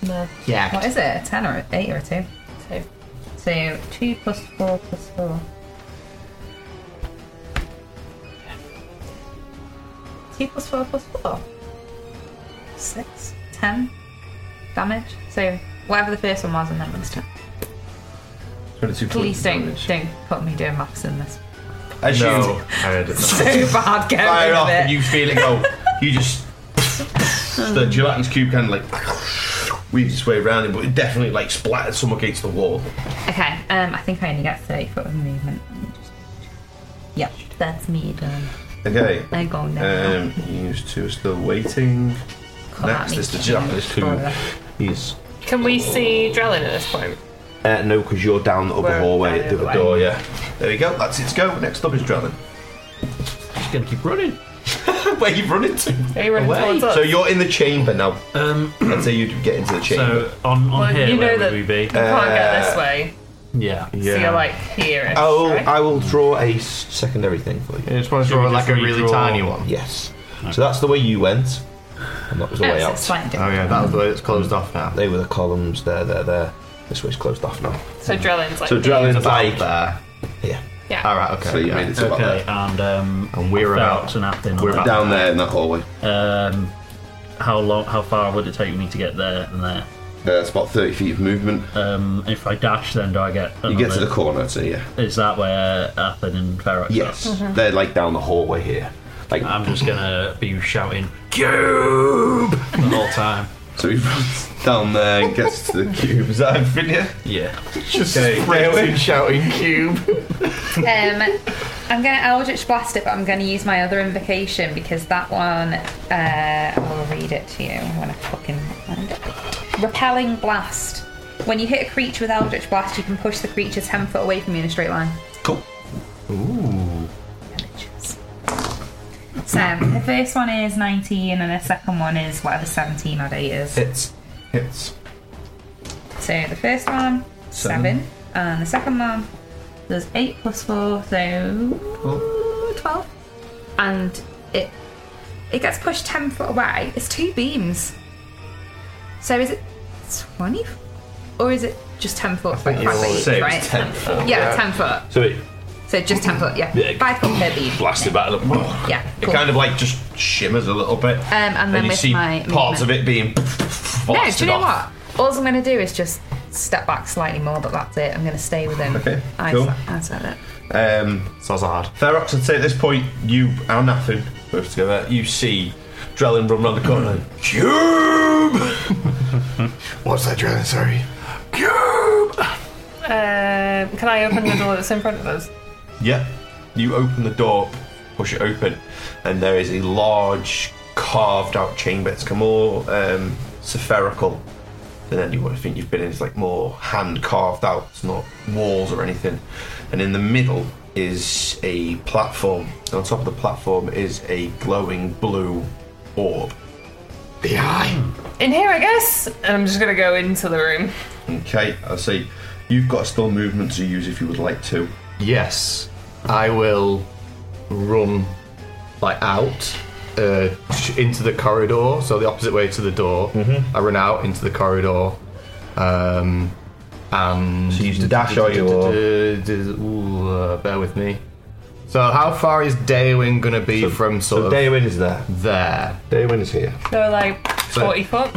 Speaker 3: No.
Speaker 1: Yeah.
Speaker 3: What is it? A 10 or a 8 or a 2? 2. So 2 plus 4 plus 4. 2 plus 4 plus 4. 6. 10 damage. So whatever the first one was, and then it was 10.
Speaker 5: 22 points
Speaker 3: Please
Speaker 5: of
Speaker 3: don't,
Speaker 5: damage.
Speaker 3: don't put me doing maths in this.
Speaker 5: As you
Speaker 1: No, I heard it.
Speaker 3: So bad, get
Speaker 5: fire
Speaker 3: rid
Speaker 5: off
Speaker 3: of
Speaker 5: and
Speaker 3: it.
Speaker 5: you feel it go, you just. the gelatinous cube kind of like weaves its way around it, but it definitely like splattered some against the wall.
Speaker 3: Okay, um, I think I only get 30 foot of movement. Yep, that's me done.
Speaker 5: Okay.
Speaker 3: I go now.
Speaker 5: Um, these two are still waiting.
Speaker 3: Come at
Speaker 5: Next
Speaker 3: me,
Speaker 5: is the
Speaker 3: Ken.
Speaker 5: gelatinous cube. He's
Speaker 2: Can we see Drellin at this point?
Speaker 5: Uh, no, because you're down the upper
Speaker 2: We're
Speaker 5: hallway
Speaker 2: down
Speaker 5: at the
Speaker 2: the
Speaker 5: other
Speaker 2: way.
Speaker 5: door, yeah. There we go, that's its go. Next up is Drellin.
Speaker 4: Just gonna keep running.
Speaker 5: Where you running to?
Speaker 2: Are you running
Speaker 4: Away.
Speaker 2: towards us?
Speaker 5: So you're in the chamber now.
Speaker 4: Um,
Speaker 5: I'd say you'd get into the chamber.
Speaker 4: so on on
Speaker 2: Well,
Speaker 4: here,
Speaker 2: you know
Speaker 4: where
Speaker 2: that-
Speaker 4: would we be?
Speaker 2: you can't get this
Speaker 5: Uh,
Speaker 2: way.
Speaker 4: Yeah.
Speaker 2: So you're like here.
Speaker 5: I'll,
Speaker 2: right?
Speaker 5: I will draw a s- secondary thing for you.
Speaker 1: I just want to
Speaker 4: Should we
Speaker 1: draw like
Speaker 4: just
Speaker 1: a really
Speaker 4: redraw?
Speaker 1: tiny one.
Speaker 5: Yes. So that's the way you went, and that was the way
Speaker 3: Oh, so
Speaker 5: out.
Speaker 3: it's slightly
Speaker 1: Oh
Speaker 3: different.
Speaker 1: yeah, that was the way it's closed off now.
Speaker 5: They were the columns. There, there, there. This way's closed off now.
Speaker 2: so Drellin's like.
Speaker 5: So Drellin's
Speaker 1: About
Speaker 5: like
Speaker 1: there. Yeah.
Speaker 2: Yeah.
Speaker 1: All right. Okay.
Speaker 5: So you
Speaker 1: yeah.
Speaker 5: made it to about
Speaker 4: Okay,
Speaker 5: there.
Speaker 4: and um,
Speaker 1: And we're
Speaker 4: Ferox
Speaker 1: about.
Speaker 4: and Athen.
Speaker 1: we're
Speaker 4: on that.
Speaker 5: Down there in that hallway.
Speaker 4: Um, how long? How far would it take me to get there and there?
Speaker 5: That's Uh, about 30 feet of movement.
Speaker 4: Um, if I dash, then do I get? Another,
Speaker 5: you get to the corner, so yeah.
Speaker 4: Is that where Athen and Ferox? are?
Speaker 5: Yes.
Speaker 3: Mm-hmm.
Speaker 5: They're like down the hallway here. Like,
Speaker 4: I'm just gonna be shouting cube the whole time.
Speaker 5: so he runs down there and gets to the cube. Is that everything?
Speaker 4: Yeah.
Speaker 1: Just sprinting, shouting cube.
Speaker 3: Um, I'm going to Eldritch Blast it, but I'm going to use my other invocation because that one, uh, I will read it to you when I fucking find it. Repelling Blast. When you hit a creature with Eldritch Blast, you can push the creature 10 foot away from you in a straight line.
Speaker 5: Cool.
Speaker 3: Religious. So, the first one is 19, and the second one is whatever 17 odd 8 is.
Speaker 5: Hits. Hits.
Speaker 3: So the first one,
Speaker 5: Seven.
Speaker 3: seven. And the second one, there's eight plus four, so twelve. And it it gets pushed ten foot away. It's two beams. So is it twenty, or is it just ten foot? I
Speaker 1: think you always
Speaker 5: say it was 10 foot.
Speaker 3: Yeah, ten foot.
Speaker 6: So it
Speaker 3: So just ten foot. Yeah,
Speaker 6: Yeah, it
Speaker 3: five feet per beam.
Speaker 6: blasted back. Look,
Speaker 3: Yeah,
Speaker 5: It
Speaker 3: cool. Um,
Speaker 5: kind of like just shimmers a little bit.
Speaker 3: and then
Speaker 5: you
Speaker 3: with
Speaker 5: see
Speaker 3: my
Speaker 5: parts
Speaker 3: movement.
Speaker 5: of it being.
Speaker 3: no, do
Speaker 5: blasted
Speaker 3: you know
Speaker 5: off.
Speaker 3: what? All I'm going to do is just step back slightly more, but that's it. I'm going to stay within.
Speaker 5: Okay,
Speaker 3: I
Speaker 5: cool.
Speaker 3: said it.
Speaker 5: Um,
Speaker 1: So hard.
Speaker 5: Ferox, I'd say at this point, you and Nathan, both together, you see Drellin run round the corner. and, Cube!
Speaker 1: What's that, Drellin? Sorry.
Speaker 5: Cube!
Speaker 2: Um, can I open the door that's in front of us?
Speaker 5: Yeah. You open the door, push it open, and there is a large carved out chamber. It's more um, spherical than any would think you've been in. It's like more hand carved out, it's not walls or anything. And in the middle is a platform. And on top of the platform is a glowing blue orb.
Speaker 1: The eye.
Speaker 2: In here, I guess. And I'm just gonna go into the room.
Speaker 5: Okay, I see. You've got still movement to use if you would like to.
Speaker 1: Yes, I will run like out uh, sh- into the corridor, so the opposite way to the door. Mm-hmm. I run out into the corridor, um, and
Speaker 5: So you use the dash, are you, or-
Speaker 1: Ooh, uh, bear with me. So how far is Daywin gonna be from sort of
Speaker 5: Daywin is there.
Speaker 1: there?
Speaker 5: Daywin is here.
Speaker 2: So like 40 foot.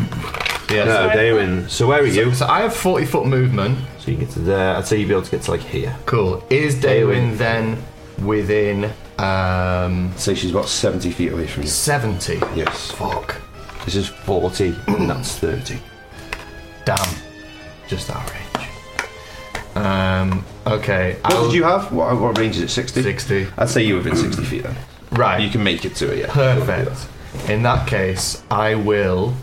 Speaker 1: Yeah.
Speaker 5: No, Daywin. So where are you?
Speaker 1: So, so I have forty foot movement.
Speaker 5: So you get to there. I'd say you'd be able to get to like here.
Speaker 1: Cool. Is Daywin then within um,
Speaker 5: Say she's about 70 feet away from you.
Speaker 1: seventy?
Speaker 5: Yes.
Speaker 1: Fuck.
Speaker 5: This is 40, and that's 30.
Speaker 1: Damn. Just out of range. Um, okay.
Speaker 5: What
Speaker 1: I'll-
Speaker 5: did you have? What, what range is it? 60?
Speaker 1: 60.
Speaker 5: I'd say you're within 60 feet then.
Speaker 1: Right.
Speaker 5: You can make it to it, yeah.
Speaker 1: Perfect. In that case, I will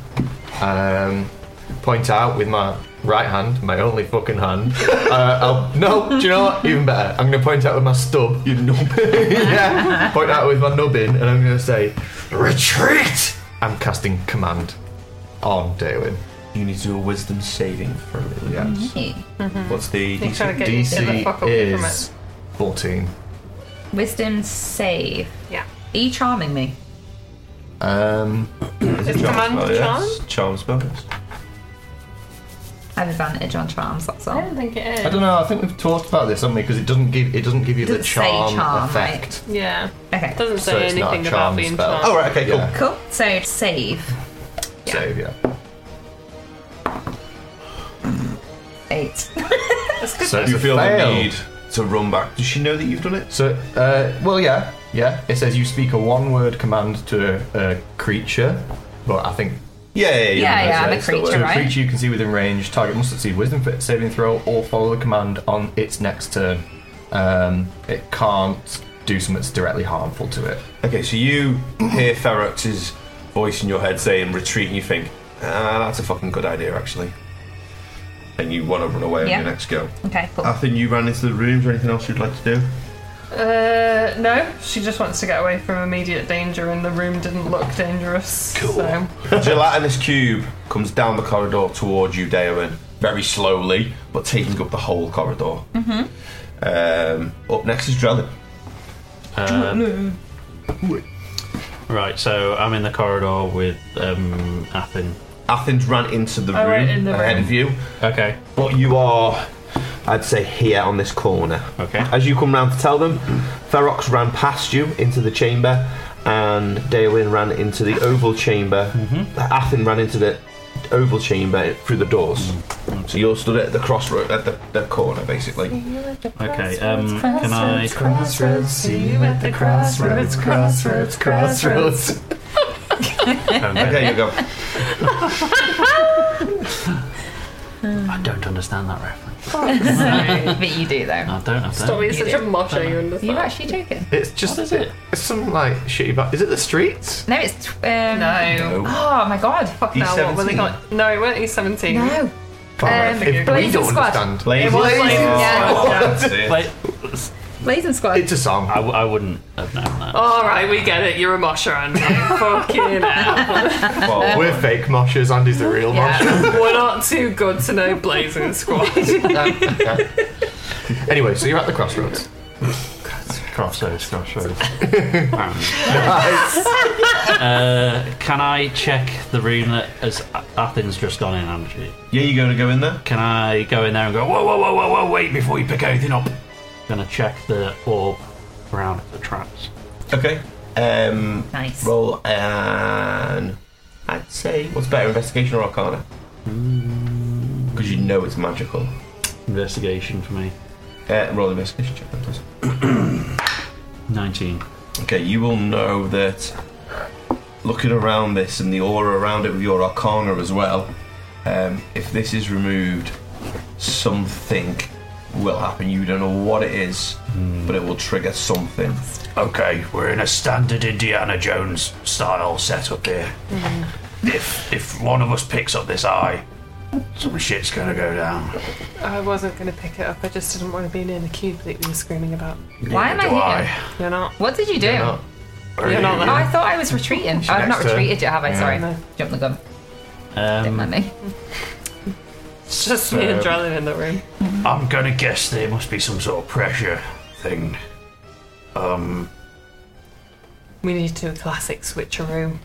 Speaker 1: um, point out with my right hand, my only fucking hand. Uh, I'll, no, do you know what? Even better. I'm going to point out with my stub. You nub. yeah. Point out with my nubbin, and I'm going to say, Retreat! I'm casting command on Daywin.
Speaker 5: You need to do a wisdom saving for Yes. What's the.
Speaker 2: He's trying to get you to get the fuck
Speaker 1: DC
Speaker 2: away from
Speaker 1: is
Speaker 2: it.
Speaker 1: 14.
Speaker 3: Wisdom save.
Speaker 2: Yeah.
Speaker 3: Are you charming me?
Speaker 1: Um,
Speaker 2: Is command
Speaker 5: Oh,
Speaker 2: charm?
Speaker 5: yes. Charm spell. yes.
Speaker 3: I have advantage on charms, that's all.
Speaker 2: I don't think it is.
Speaker 1: I don't know. I think we've talked about this, haven't we? Because it doesn't give it doesn't give you the
Speaker 3: Doesn't say
Speaker 1: charm,
Speaker 3: charm,
Speaker 1: effect.
Speaker 2: Yeah.
Speaker 3: Okay,
Speaker 2: Doesn't
Speaker 1: So
Speaker 2: say
Speaker 1: it's not a
Speaker 2: anything
Speaker 1: charm
Speaker 2: about being
Speaker 1: spell.
Speaker 2: charmed.
Speaker 5: Oh, right, okay, cool.
Speaker 1: Yeah.
Speaker 3: cool. So save.
Speaker 1: Save yeah.
Speaker 3: Eight.
Speaker 1: So it's
Speaker 5: You
Speaker 1: a
Speaker 5: feel
Speaker 1: fail.
Speaker 5: the need to run back. Does she know that you've done it?
Speaker 1: So, uh, well, yeah, yeah. It says you speak a one-word command to a, a creature, but I think
Speaker 5: Yeah, yeah,
Speaker 3: Yeah, yeah, I'm a
Speaker 5: it's still
Speaker 3: creature,
Speaker 5: there.
Speaker 1: to a
Speaker 3: Right.
Speaker 1: creature you can see within range, target must succeed Wisdom fa- saving throw or follow the command on its next turn. Um, it can't do something that's directly harmful to it.
Speaker 5: Okay, so you hear Ferox's voice in your head saying retreat, and you think, ah, that's a fucking good idea, actually. And you want to run away
Speaker 3: Yeah.
Speaker 5: on your next go.
Speaker 3: okay, cool.
Speaker 5: Athen, you ran into the rooms. Or anything else you'd like to do?
Speaker 1: Oh.
Speaker 2: Uh, no. She just wants to get away from immediate danger, and the room didn't look dangerous. Cool. So.
Speaker 5: Gelatinous cube comes down the corridor towards you, Daewin, very slowly, but taking up the whole corridor. Mm-hmm. Um, up next is Drellin.
Speaker 4: Right. So I'm in the corridor with um, Athen.
Speaker 5: Athen's ran into the
Speaker 2: I
Speaker 5: room
Speaker 2: ran in the
Speaker 5: ahead
Speaker 2: room.
Speaker 5: of you,
Speaker 4: Okay.
Speaker 5: but you are
Speaker 1: I'd say here on this corner.
Speaker 4: Okay.
Speaker 1: As you come round to tell them, Ferox ran past you into the chamber, and Daewin ran into the oval chamber.
Speaker 4: Mm-hmm.
Speaker 1: Athen ran into the oval chamber through the doors.
Speaker 4: Mm.
Speaker 5: So you're stood at the crossroad, at the, the corner, basically.
Speaker 3: Mm-hmm.
Speaker 4: Okay, um, can I.
Speaker 8: Crossroads, see you at the crossroads, crossroads, crossroads.
Speaker 5: Okay, you go.
Speaker 4: I don't understand that reference.
Speaker 3: but you do though.
Speaker 4: I don't. I don't.
Speaker 7: Stop being such a mosher, you
Speaker 3: Are you
Speaker 7: understand?
Speaker 3: actually joking?
Speaker 1: It's just
Speaker 4: What is it?
Speaker 1: It's some like shitty. Ba- is it the streets?
Speaker 3: No, it's tw- um,
Speaker 2: No.
Speaker 3: Oh my god.
Speaker 2: Fuck now, what were they
Speaker 5: 17.
Speaker 2: going? No, it weren't E17.
Speaker 3: No.
Speaker 1: Fine, if we
Speaker 3: Blazing
Speaker 1: don't
Speaker 3: Um, Squad.
Speaker 1: understand,
Speaker 5: Blazing.
Speaker 3: Yeah.
Speaker 5: That's it.
Speaker 4: Like,
Speaker 3: Blazing Squad.
Speaker 1: it's a song.
Speaker 4: I, w- I wouldn't have known that.
Speaker 2: Oh.
Speaker 7: Alright, we get it. You're a mosher, Andy. Fucking hell.
Speaker 5: Well,
Speaker 1: We're fake moshers. Andy's the real mosher.
Speaker 7: We're not too good to know Blazing Squad.
Speaker 1: Anyway, so you're at the crossroads.
Speaker 4: Crossroads, crossroads. uh, can I check the room that has Athens just gone in, Andrew?
Speaker 5: yeah, you're going to go in there?
Speaker 4: Can I go in there and go, whoa, whoa, whoa, whoa, whoa, wait before you pick anything up? Gonna check the orb around the traps.
Speaker 5: Okay. Um,
Speaker 3: nice.
Speaker 5: roll and I'd say what's better, investigation or arcana? Because you know it's magical.
Speaker 4: Investigation for me.
Speaker 5: Uh, roll investigation check, then, please.
Speaker 4: 19.
Speaker 5: Okay, you will know that looking around this and the aura around it with your arcana as well, um, if this is removed, something will happen. You don't know what it is, but it will trigger something.
Speaker 6: Okay, we're in a standard Indiana Jones style setup here.
Speaker 5: Mm-hmm.
Speaker 6: If if one of us picks up this eye, some shit's gonna go down.
Speaker 2: I wasn't going to pick it up. I just didn't want to be near the cube that you were screaming about.
Speaker 3: Why am I
Speaker 6: Do
Speaker 3: here?
Speaker 6: I?
Speaker 2: You're not.
Speaker 3: What did you do?
Speaker 1: not.
Speaker 2: You're not
Speaker 3: Oh,
Speaker 2: there.
Speaker 3: I thought I was retreating. I've not
Speaker 1: next to her.
Speaker 3: retreated yet, have I? Sorry.
Speaker 2: No.
Speaker 3: Jump the gun. Don't mind
Speaker 4: Um,
Speaker 3: me.
Speaker 2: It's just me and Drellin in the room.
Speaker 6: I'm gonna guess there must be some sort of pressure thing. Um,
Speaker 2: We need to do a classic switcheroo.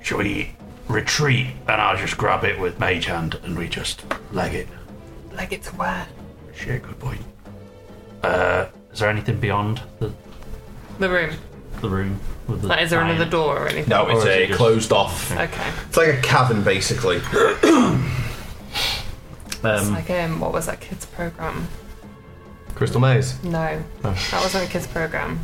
Speaker 6: should we retreat and I'll just grab it with mage hand and we just leg it?
Speaker 2: Like it's where?
Speaker 6: Shit, good point.
Speaker 4: is there anything beyond the,
Speaker 2: The room.
Speaker 4: the room? With the
Speaker 2: Like, is there
Speaker 4: iron?
Speaker 2: another door or anything?
Speaker 5: No, it's
Speaker 4: Or is
Speaker 5: a
Speaker 4: it just-
Speaker 5: closed off.
Speaker 2: Okay.
Speaker 5: It's like a cavern, basically.
Speaker 2: It's
Speaker 4: Um,
Speaker 2: like, um, what was that kid's program?
Speaker 1: Crystal Maze.
Speaker 2: No, that wasn't a kids program.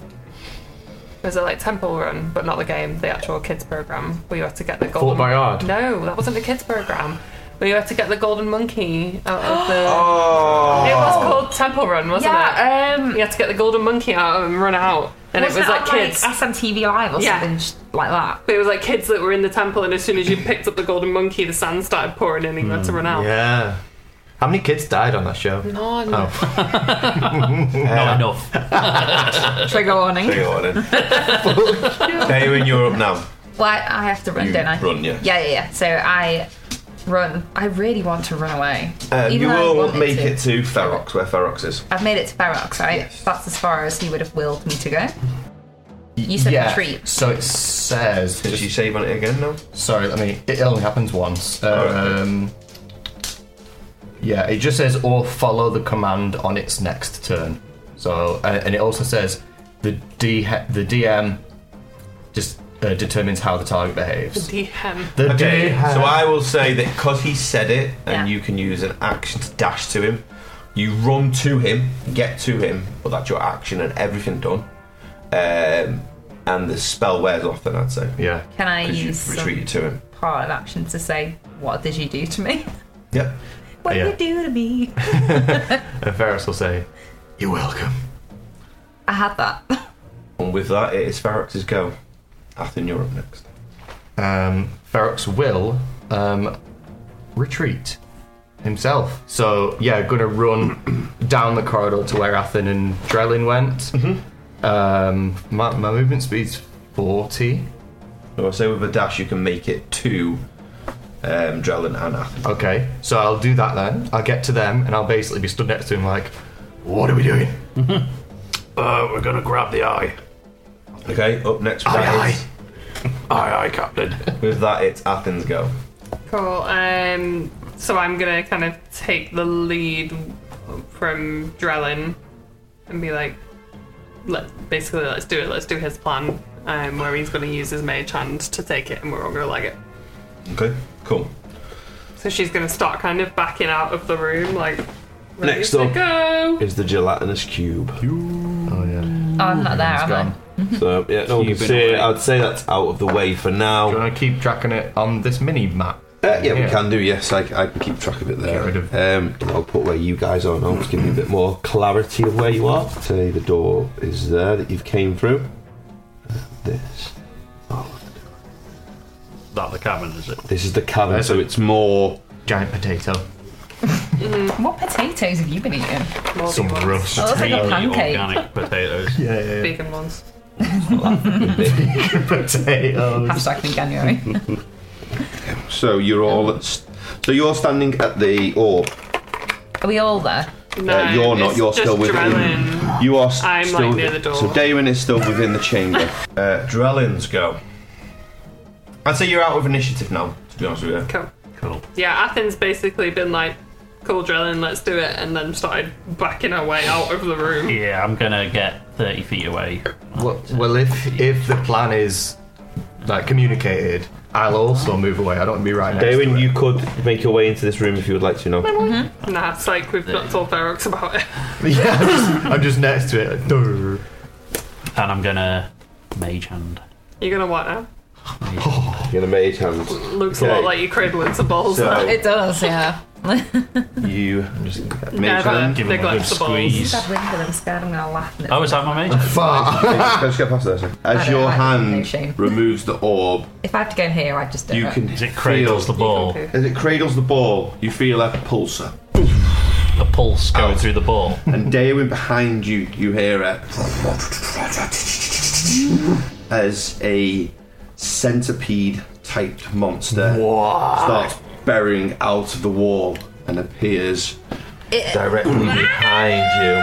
Speaker 2: It was a like Temple Run, but not the game, the actual kids program. We had to get the golden.
Speaker 1: Fort Boyard.
Speaker 2: No, that wasn't a kids program. We had to get the golden monkey out of the. It was called Temple Run, wasn't it?
Speaker 3: Yeah, um,
Speaker 2: You had to get the golden monkey out and run out, and it was
Speaker 3: wasn't
Speaker 2: like
Speaker 3: that on,
Speaker 2: kids.
Speaker 3: SMTV Live or
Speaker 2: Yeah.
Speaker 3: something sh- like that.
Speaker 2: But it was like kids that were in the temple, and as soon as you picked up the golden monkey, the sand started pouring in, and you had to run out.
Speaker 1: Yeah. How many kids died on that show?
Speaker 2: None.
Speaker 4: not enough.
Speaker 3: Trigger warning.
Speaker 5: Hang on then. Daywin, you're up now.
Speaker 3: Well, I have to run,
Speaker 5: You
Speaker 3: don't I?
Speaker 5: run, yeah.
Speaker 3: Yeah, yeah, yeah. So I run. I really want to run away.
Speaker 5: Um, you
Speaker 3: Even though I
Speaker 5: will
Speaker 3: wanted
Speaker 5: make
Speaker 3: to.
Speaker 5: it to Ferox, where Ferox is.
Speaker 3: I've made it to Ferox, right?
Speaker 5: Yes.
Speaker 3: That's as far as he would have willed me to go. You said
Speaker 8: yeah.
Speaker 3: retreat.
Speaker 8: So it says.
Speaker 5: Did you save on it again now?
Speaker 8: Sorry, let me. It only happens once.
Speaker 5: right.
Speaker 8: Um, yeah, it just says or follow the command on its next turn. So, uh, and it also says the D the DM just uh, determines how the target
Speaker 1: Oh.
Speaker 8: behaves.
Speaker 2: DM.
Speaker 8: The
Speaker 5: Okay,
Speaker 6: uh,
Speaker 8: DM
Speaker 5: so I will say that because he said it,
Speaker 3: Yeah.
Speaker 5: and you can use an action to dash to him, you run to him, get to him, but that's your action and everything done. Um, and the spell wears off, then I'd say.
Speaker 1: Yeah.
Speaker 3: Can I
Speaker 5: Because
Speaker 3: use
Speaker 5: you've
Speaker 3: some
Speaker 5: retreated to him.
Speaker 3: part of action to say, "What did you do to me?
Speaker 5: Yep.
Speaker 3: What
Speaker 1: Yeah.
Speaker 3: did you do to me?"
Speaker 1: And Ferris will say, "You're welcome."
Speaker 3: I had that. Oh,
Speaker 5: And with that, it is Ferox's go. Athen, you're up next.
Speaker 8: um, Ferox will um, retreat himself. So yeah, gonna run down the corridor to where Athen and Drellin went.
Speaker 3: Mm-hmm.
Speaker 8: Um, my, my movement speed's forty.
Speaker 5: So I say with a dash, you can make it to um, Drellin and Athen.
Speaker 8: Okay, so I'll do that then. I'll get to them and I'll basically be stood next to him like,
Speaker 1: What are we doing?
Speaker 6: Uh, we're gonna grab the eye.
Speaker 5: Okay, up next with
Speaker 6: Aye,
Speaker 5: that is-
Speaker 6: Aye, aye, Captain.
Speaker 5: with that, it's Athen's go.
Speaker 2: Cool. Um, so I'm gonna kind of take the lead from Drellin and be like, let, basically, let's do it. Let's do his plan, um, where he's going to use his mage hand to take it, and we're all going to leg it.
Speaker 5: Okay, cool.
Speaker 2: So she's going to start kind of backing out of the room, like ready
Speaker 5: Next
Speaker 2: to
Speaker 5: up.
Speaker 2: go.
Speaker 5: Is the gelatinous cube.
Speaker 9: Oh yeah. Do
Speaker 3: Oh, I'm not there, am I?
Speaker 5: So yeah, no,
Speaker 4: Cube in
Speaker 5: say-
Speaker 4: a way.
Speaker 5: I'd say that's out of the way for now.
Speaker 1: Do you want to keep tracking it on this mini map?
Speaker 5: Uh, yeah,
Speaker 1: Yeah.
Speaker 5: we can do. Yes, I, I can keep track of it there.
Speaker 1: Get rid of-
Speaker 5: Um, I'll put where you guys are now. Just give me a bit more clarity of where you are. Say the door is there that you've came through. Uh, This, Oh,
Speaker 4: That the cabin is
Speaker 3: Oh,
Speaker 4: it?
Speaker 5: this is the cabin. So it's more.
Speaker 1: Giant potato.
Speaker 3: What potatoes have you been eating?
Speaker 2: More
Speaker 9: Some
Speaker 2: vegan ones.
Speaker 9: rough.
Speaker 3: Oh, looks like a
Speaker 4: Really
Speaker 3: pancake.
Speaker 4: organic potatoes.
Speaker 9: Yeah, yeah, yeah.
Speaker 2: Vegan ones.
Speaker 9: potatoes.
Speaker 3: Hashtag in January.
Speaker 5: So you're all. At, st- so you're standing at the orb.
Speaker 3: Are we all there?
Speaker 2: No,
Speaker 5: uh, you're not.
Speaker 2: it's
Speaker 5: You're
Speaker 2: just
Speaker 5: still within.
Speaker 2: Drellin.
Speaker 5: You are st-
Speaker 2: I'm, like,
Speaker 5: still
Speaker 2: near the door.
Speaker 5: So Damon is still within the chamber. Uh, Drellins go. I'd say you're out of initiative now. To be honest with you.
Speaker 2: Cool.
Speaker 4: Cool.
Speaker 2: Yeah, Athens basically been like, cool, Drellin, let's do it, and then started backing her way out of the room.
Speaker 4: Yeah, I'm gonna get 30 feet away.
Speaker 1: Well, well, if if the plan is like communicated, I'll also move away. I don't want to be right next. to
Speaker 5: Damon, you could make your way into this room if you would like to. Now.
Speaker 2: Nah, it's like we've not told Ferox about it.
Speaker 1: it. Yeah, I'm just, I'm just next to it. like, "Durr."
Speaker 4: And I'm gonna mage hand.
Speaker 2: You're gonna what now?
Speaker 5: You're gonna mage hand.
Speaker 2: Looks a
Speaker 5: Okay.
Speaker 2: lot like you cradling some balls.
Speaker 5: So-
Speaker 2: now.
Speaker 3: It does, yeah.
Speaker 5: You
Speaker 1: Just
Speaker 5: mage
Speaker 2: Never
Speaker 5: hand.
Speaker 4: Give him a good
Speaker 2: neglect the balls.
Speaker 4: squeeze.
Speaker 3: That window, I'm scared I'm going to laugh.
Speaker 4: Oh, is that my mage? hand?
Speaker 1: fart.
Speaker 5: Can I just get past there, sir?
Speaker 3: I
Speaker 5: As
Speaker 3: don't
Speaker 5: your
Speaker 3: like no
Speaker 5: hand
Speaker 3: shame.
Speaker 5: removes the orb,
Speaker 3: If I have to go in here, I'd just do
Speaker 5: you
Speaker 3: it.
Speaker 5: can
Speaker 4: Is it cradles the
Speaker 5: feel,
Speaker 4: ball?
Speaker 2: Okay.
Speaker 5: as it cradles the ball, you feel a pulser.
Speaker 4: The pulse going
Speaker 5: Out.
Speaker 4: through the ball.
Speaker 5: And Daewin behind you, you hear it as a centipede-type monster starts burying out of the wall and appears directly behind you.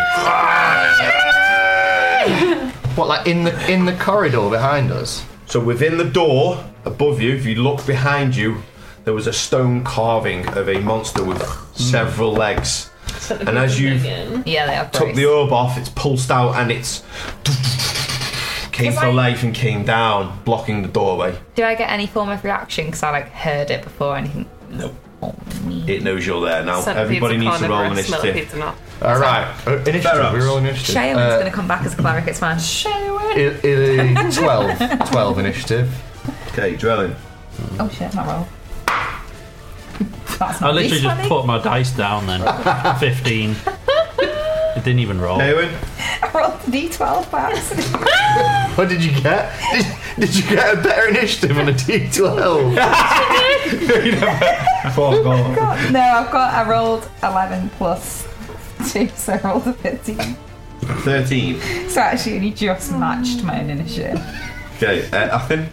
Speaker 1: What, like in the in the corridor behind us?
Speaker 5: So within the door above you, if you look behind you, there was a stone carving of a monster with several legs. And as you
Speaker 3: Yeah, they are
Speaker 5: took
Speaker 3: gross.
Speaker 5: the orb off, it's pulsed out and it's came
Speaker 3: If
Speaker 5: to
Speaker 3: I-
Speaker 5: life and came down, blocking the doorway.
Speaker 3: Do I get any form of reaction because I like heard it before anything?
Speaker 5: No.
Speaker 3: Oh,
Speaker 2: Mm.
Speaker 3: me.
Speaker 5: It knows you're there now.
Speaker 2: Centipedes
Speaker 5: Everybody
Speaker 2: are
Speaker 5: needs to roll
Speaker 2: carnivorous,
Speaker 5: initiative.
Speaker 2: millipedes are not.
Speaker 1: All right, uh, initiative.
Speaker 5: Ferox.
Speaker 1: We're all initiative.
Speaker 3: Shaylin's
Speaker 1: Uh,
Speaker 3: going to come back as a cleric, it's fine. Shaylin!
Speaker 1: it, it, 12, 12 initiative.
Speaker 5: Okay, Drellin.
Speaker 3: Oh shit, not roll. That's not
Speaker 4: I literally
Speaker 3: least
Speaker 4: just
Speaker 3: funny.
Speaker 4: put my dice down then. 15. It didn't even roll.
Speaker 5: Daewin,
Speaker 3: I rolled the d12 by accident.
Speaker 1: What did you get? Did, did you get a better initiative on a D12?
Speaker 2: Oh,
Speaker 5: four goal.
Speaker 3: no, I've got, I rolled 11 plus 2, so I rolled a 15.
Speaker 5: 13.
Speaker 3: So actually, only just matched my own initiative.
Speaker 5: Okay, uh, Athen.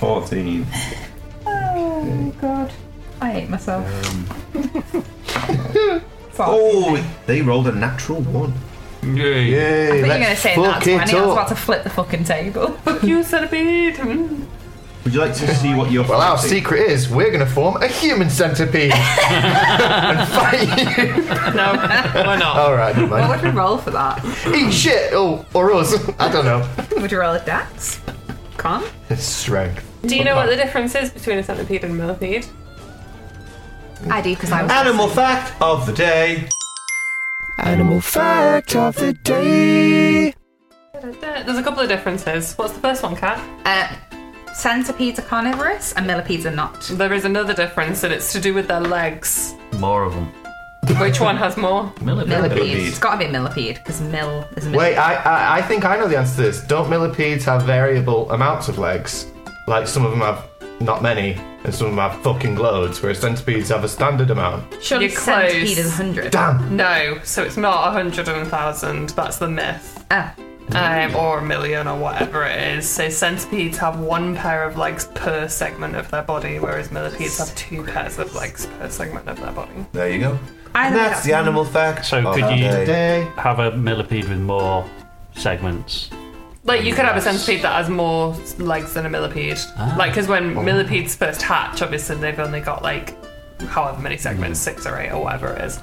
Speaker 2: 14.
Speaker 5: 14.
Speaker 3: Oh god. I hate myself. Fuck.
Speaker 5: Oh, they rolled a natural one.
Speaker 1: Yay,
Speaker 3: I thought you were
Speaker 1: let's
Speaker 3: going to say
Speaker 1: fuck
Speaker 3: that's 20. I
Speaker 1: it
Speaker 3: was about
Speaker 1: up.
Speaker 3: to flip the fucking table.
Speaker 2: you centipede! Hmm.
Speaker 5: Would you like to see what you're
Speaker 1: Well, our
Speaker 5: fighting?
Speaker 1: secret is we're going to form a human centipede and fight you.
Speaker 2: No, we're not.
Speaker 1: All right, never
Speaker 3: what
Speaker 1: mind.
Speaker 3: would we roll for that?
Speaker 1: Eat shit, oh, or us. I don't know.
Speaker 3: Would we roll a dex? Con?
Speaker 1: Strength.
Speaker 2: Do you know what the difference is between a centipede and a millipede?
Speaker 3: I do because I was.
Speaker 5: Animal fact of the day.
Speaker 1: Animal fact of the day.
Speaker 2: There's a couple of differences. What's the first one, Kat?
Speaker 3: Uh, centipedes are carnivorous and millipedes are not.
Speaker 2: There is another difference, and it's to do with their legs.
Speaker 4: More of them.
Speaker 2: Which one has more?
Speaker 3: Millipedes.
Speaker 5: Millipede.
Speaker 3: It's got to be a millipede because mill is mill.
Speaker 1: Wait, I, I I think I know the answer to this. Don't millipedes have variable amounts of legs? Like some of them have not many, and some of them have fucking loads, whereas centipedes have a standard amount.
Speaker 3: Surely
Speaker 2: You're close.
Speaker 3: centipede is 100.
Speaker 1: Damn.
Speaker 2: No, so it's not a hundred and a thousand. That's the myth.
Speaker 3: Oh.
Speaker 2: Um, or a million or whatever it is. So centipedes have one pair of legs per segment of their body, whereas millipedes have two pairs of legs per segment of their body.
Speaker 5: There you go.
Speaker 3: I think
Speaker 5: That's the animal fact.
Speaker 4: So
Speaker 5: of
Speaker 4: could
Speaker 5: the
Speaker 4: Oh, you-
Speaker 5: day.
Speaker 1: Day.
Speaker 4: Have a millipede with more segments.
Speaker 2: Like you could have a centipede that has more legs than a millipede. Like because when millipedes first hatch, obviously they've only got like however many segments, six or eight or whatever it is.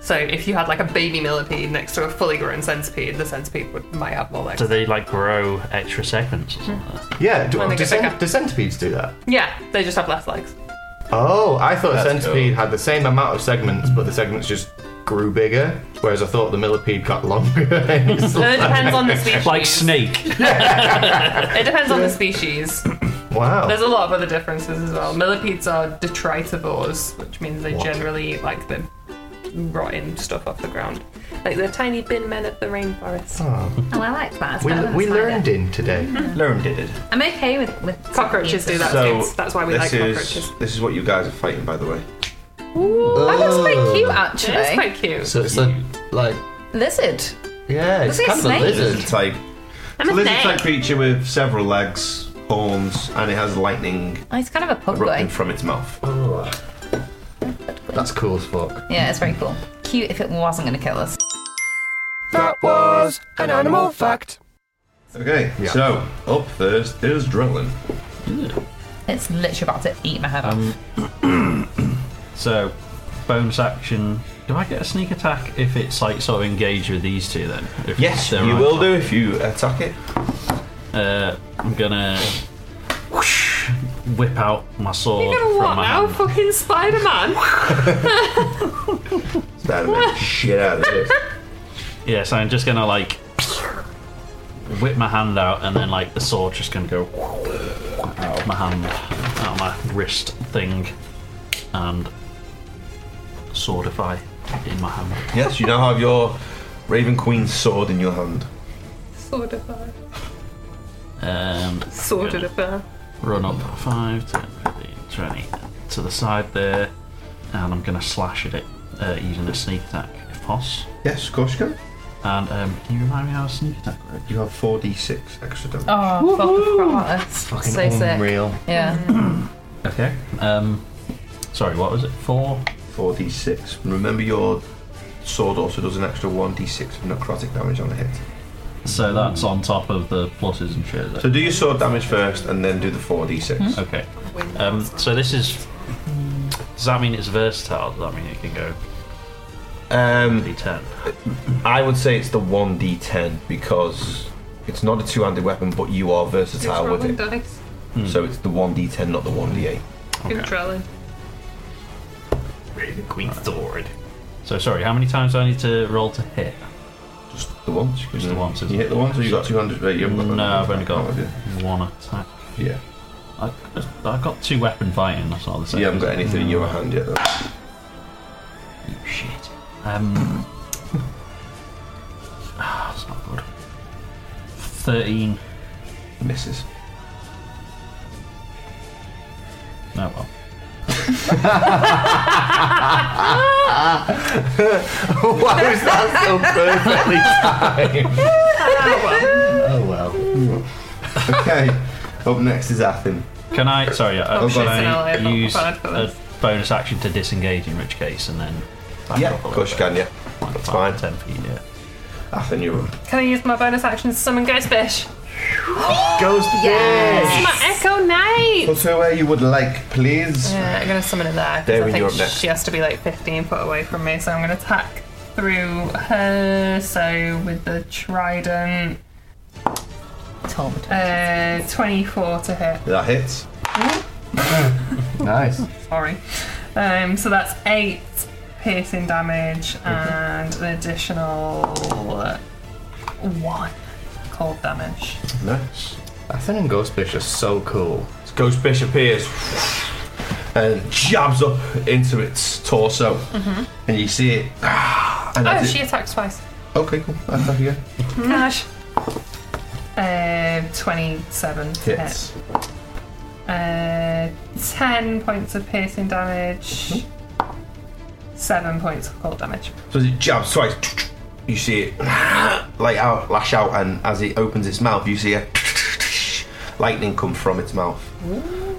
Speaker 2: So if you had like a baby millipede next to a fully grown centipede, the centipede would might have more legs.
Speaker 4: Do they like grow extra segments or something?
Speaker 1: Yeah, do,
Speaker 2: When they
Speaker 1: do,
Speaker 2: get
Speaker 1: cent-
Speaker 2: bigger.
Speaker 1: do centipedes do that?
Speaker 2: Yeah, they just have less legs.
Speaker 1: Oh, I thought a
Speaker 5: That's
Speaker 1: centipede
Speaker 5: cool.
Speaker 1: had the same amount of segments, but the segments just grew bigger, whereas I thought the millipede got longer. It's
Speaker 2: So it
Speaker 1: like-
Speaker 2: depends on the species.
Speaker 4: Like snake.
Speaker 2: it depends on the species.
Speaker 1: wow.
Speaker 2: There's a lot of other differences as well. Millipedes are detritivores, which means they generally eat like the rotten stuff off the ground. Like the tiny bin men of the rainforest.
Speaker 3: Oh, I like that. It's
Speaker 1: we
Speaker 3: better than a
Speaker 1: we
Speaker 3: spider.
Speaker 1: learned in today.
Speaker 5: Learn did it.
Speaker 3: I'm okay with with
Speaker 2: Cockroaches do that,
Speaker 5: So
Speaker 2: kids. That's why we
Speaker 5: this
Speaker 2: like cockroaches.
Speaker 5: is this is what you guys are fighting, by the way.
Speaker 3: That looks Oh,
Speaker 1: Oh.
Speaker 3: quite cute,
Speaker 2: It's
Speaker 3: actually.
Speaker 2: quite cute.
Speaker 1: So it's a, like,
Speaker 3: Lizard.
Speaker 1: yeah, it's
Speaker 3: Was it a
Speaker 1: kind of a
Speaker 3: snake?
Speaker 5: Lizard
Speaker 1: lizard.
Speaker 5: type.
Speaker 3: I'm
Speaker 5: It's a
Speaker 3: a
Speaker 5: lizard
Speaker 3: snake.
Speaker 5: type creature with several legs, horns, and it has lightning
Speaker 3: Oh, it's kind of a pug
Speaker 5: erupting
Speaker 3: boy.
Speaker 5: from its mouth.
Speaker 1: That's cool as fuck.
Speaker 3: Yeah, it's very cool. Cute if it wasn't going to kill us.
Speaker 8: That was an animal fact.
Speaker 5: Okay,
Speaker 1: Yeah.
Speaker 5: so up first is Drellin.
Speaker 3: It's literally about to eat my head off.
Speaker 4: Um, so, bonus action. Do I get a sneak attack if it's like sort of engaged with these two then? If
Speaker 5: Yes,
Speaker 4: they're
Speaker 5: you
Speaker 4: on
Speaker 5: will
Speaker 4: top?
Speaker 5: do if you attack it.
Speaker 4: Uh, I'm gonna whoosh, whip out my sword from my hand.
Speaker 2: Fucking Spider Man!
Speaker 5: That'll make the shit out of this.
Speaker 4: Yeah, so I'm just gonna like whip my hand out, and then like the sword's just gonna go out of my hand, out of my wrist thing, and swordify in my hand.
Speaker 5: Yes, you now have your Raven Queen's sword in your hand.
Speaker 2: Sort of a.
Speaker 4: And
Speaker 2: Sort of a.
Speaker 4: run up 5, 10, 15, 20 to the side there, and I'm going to slash at it uh, using a sneak attack if poss.
Speaker 5: Yes, of course you can. Uh,
Speaker 4: And um, can you remind me how a sneak attack works?
Speaker 5: You have 4d6 extra damage.
Speaker 3: Oh, fuck, I forgot about this. so sick.
Speaker 1: Unreal. Mm.
Speaker 3: Yeah.
Speaker 4: Okay. Um, sorry, what was it? 4?
Speaker 5: 4d6. Remember, your sword also does an extra 1d6 of necrotic damage on a hit.
Speaker 4: So that's on top of the pluses and shit. is
Speaker 5: So
Speaker 4: it?
Speaker 5: do your sword damage first and then do the 4d6.
Speaker 4: Okay. Um, so this is. Does that mean it's versatile? Does that mean it can go
Speaker 5: Um,
Speaker 4: D10?
Speaker 5: I would say it's the 1d10 because it's not a two handed weapon, but you are versatile with it.
Speaker 2: dice.
Speaker 5: So it's the 1d10, not the 1d8.
Speaker 1: Queen sword.
Speaker 4: So sorry, how many times do I need to roll to hit?
Speaker 5: Just the once.
Speaker 4: Just the once,
Speaker 5: Mm. You
Speaker 4: isn't
Speaker 5: hit
Speaker 4: it?
Speaker 5: the once or you got 200? Wait, you haven't got
Speaker 4: No, I've only
Speaker 5: that, Oh,
Speaker 4: got
Speaker 5: have you?
Speaker 4: one attack.
Speaker 5: Yeah.
Speaker 4: I, I've got two weapon fighting, that's all the same.
Speaker 5: You haven't got anything in your hand yet, though.
Speaker 4: Shit. Um. ah, that's not good. 13.
Speaker 5: Misses.
Speaker 4: Oh well.
Speaker 1: Why was that so perfectly timed? oh well.
Speaker 4: Mm.
Speaker 5: Okay, up next is Athen.
Speaker 4: Can I? Sorry, uh,
Speaker 5: Oh,
Speaker 4: can
Speaker 5: God.
Speaker 2: Sorry, I
Speaker 4: I
Speaker 2: thought-
Speaker 4: use
Speaker 2: I thought
Speaker 4: a bonus action to disengage, in which case, and then. Back
Speaker 5: Yeah,
Speaker 4: up a
Speaker 5: of course you
Speaker 4: little
Speaker 5: can, yeah.
Speaker 4: bit. Like
Speaker 5: That's
Speaker 4: five,
Speaker 5: fine.
Speaker 4: 10 feet, yeah.
Speaker 5: Athen, you're up.
Speaker 2: Can I use my bonus action to summon Ghostfish?
Speaker 1: Ghost
Speaker 3: Yes.
Speaker 2: My Echo Knight!
Speaker 5: Put her where you would like, please.
Speaker 2: Yeah, I'm gonna summon it there. 'cause
Speaker 5: There
Speaker 2: I
Speaker 5: when you're
Speaker 2: think
Speaker 5: up next.
Speaker 2: she has to be like 15 foot away from me, so I'm gonna attack through her. So with the trident,
Speaker 3: Tom. Tom.
Speaker 2: uh, 24 to hit.
Speaker 5: That hits.
Speaker 1: Nice.
Speaker 2: Sorry. Um, so that's eight piercing damage and an additional one cold damage.
Speaker 5: Nice.
Speaker 1: Athen and Ghostfish are so cool.
Speaker 5: Ghost Fish appears and jabs up into its torso. And you see it. ah, And
Speaker 2: Oh,
Speaker 5: as
Speaker 2: she attacked twice.
Speaker 5: it okay, cool. That's how you go.
Speaker 2: Gosh. Uh, 27 to hit.
Speaker 5: Hits.
Speaker 2: Uh, 10 points of piercing damage. 7 points of cold damage.
Speaker 5: So as it jabs twice, you see it like out, lash out, and as it opens its mouth, you see a lightning come from its mouth.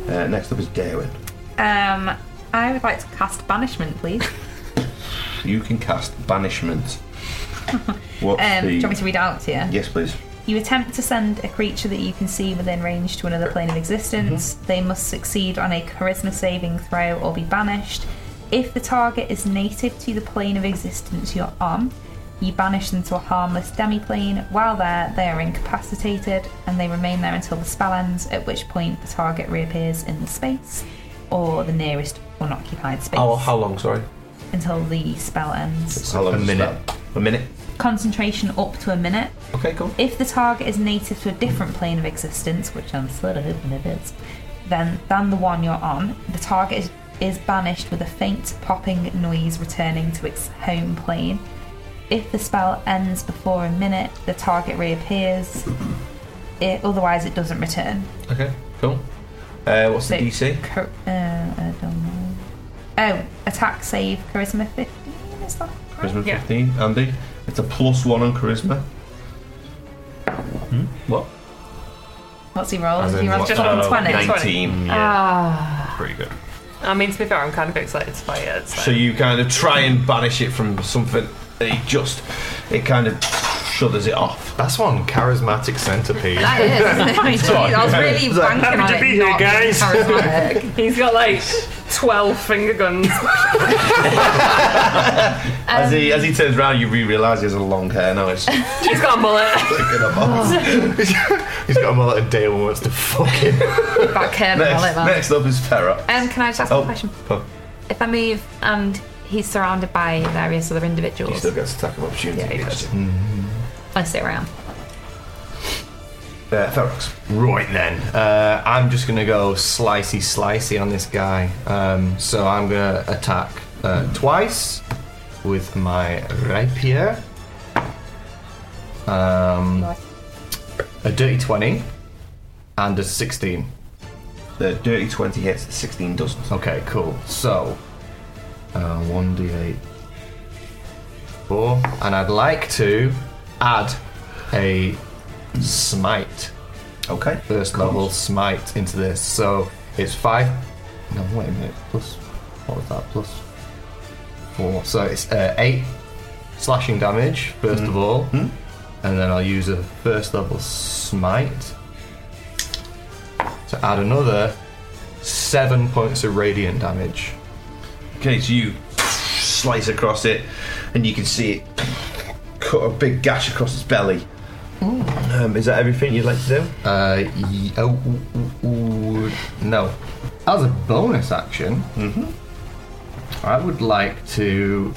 Speaker 5: Uh, next up is Darwin.
Speaker 3: Um, I would like to cast banishment, please.
Speaker 5: You can cast banishment. What's
Speaker 3: Um, do
Speaker 5: the...
Speaker 3: you want me to read out to you?
Speaker 5: Yes, please.
Speaker 3: You attempt to send a creature that you can see within range to another plane of existence. They must succeed on a charisma saving throw or be banished. If the target is native to the plane of existence you're on, you banish them to a harmless demi-plane. While there, they are incapacitated and they remain there until the spell ends, at which point the target reappears in the space or the nearest unoccupied space
Speaker 5: Oh, How, how long, sorry?
Speaker 3: until the spell ends.
Speaker 5: How long
Speaker 1: A
Speaker 5: is
Speaker 1: minute.
Speaker 5: that? A minute.
Speaker 3: Concentration up to a minute.
Speaker 5: Okay, cool.
Speaker 3: If the target is native to a different plane of existence, which I'm sort of hoping it is, then than the one you're on, the target is, is banished with a faint popping noise returning to its home plane. If the spell ends before a minute, the target reappears. It, otherwise, it doesn't return.
Speaker 5: Okay, cool. Uh, what's the
Speaker 3: So-
Speaker 5: DC?
Speaker 3: Cor- uh, I don't know. Oh, attack save charisma 15. Is that correct?
Speaker 5: Charisma
Speaker 2: Yeah.
Speaker 5: 15. Andy, it's a plus one on charisma. What?
Speaker 3: What's he rolled?
Speaker 1: As in
Speaker 3: He rolled
Speaker 1: what?
Speaker 3: just on
Speaker 4: Uh,
Speaker 3: 20.
Speaker 2: It's
Speaker 5: 19.
Speaker 3: Ah.
Speaker 4: Pretty good.
Speaker 2: I mean, to be fair, I'm kind of excited to play it. So.
Speaker 5: So you kind of try and banish it from something. It just, it kind of shudders it off.
Speaker 1: That's one charismatic centipede.
Speaker 3: That is. Jeez, I was really banking on it. not being charismatic.
Speaker 2: He's got like 12 finger guns.
Speaker 5: as he
Speaker 3: Um,
Speaker 5: as he turns around, you re-realise he has a long hair now. It's
Speaker 2: He's got a mullet.
Speaker 5: picking up off.
Speaker 1: He's got a mullet and Dale wants to fuck him.
Speaker 3: Back curve and all
Speaker 5: Next,
Speaker 3: that.
Speaker 5: next up is Ferret.
Speaker 10: Um, can I just ask
Speaker 5: Oh,
Speaker 10: a question?
Speaker 5: oh,
Speaker 10: If I move and he's surrounded by various other
Speaker 5: he
Speaker 10: individuals,
Speaker 5: still gets attack of opportunity.
Speaker 10: Yeah, he does.
Speaker 5: against you.
Speaker 10: I sit around.
Speaker 5: Uh, Ferox.
Speaker 1: Right then, uh, I'm just gonna go slicey slicey on this guy. Um, so I'm gonna attack uh, twice with my rapier. Um, a dirty 20 and a 16.
Speaker 5: The dirty 20 hits, the 16 doesn't.
Speaker 1: Okay, cool. So, uh, 1d8. 4. And I'd like to add a smite
Speaker 5: Okay.
Speaker 1: first level smite into this. So it's five. No, wait a minute. Plus, what was that? Plus four. So it's uh, eight slashing damage first of all, and then I'll use a first level smite to add another seven points of radiant damage.
Speaker 5: Okay, so you slice across it, and you can see it cut a big gash across its belly. Um, is that everything you'd like to do?
Speaker 1: Uh, ye- oh, ooh, ooh, ooh, no. As a bonus action, I would like to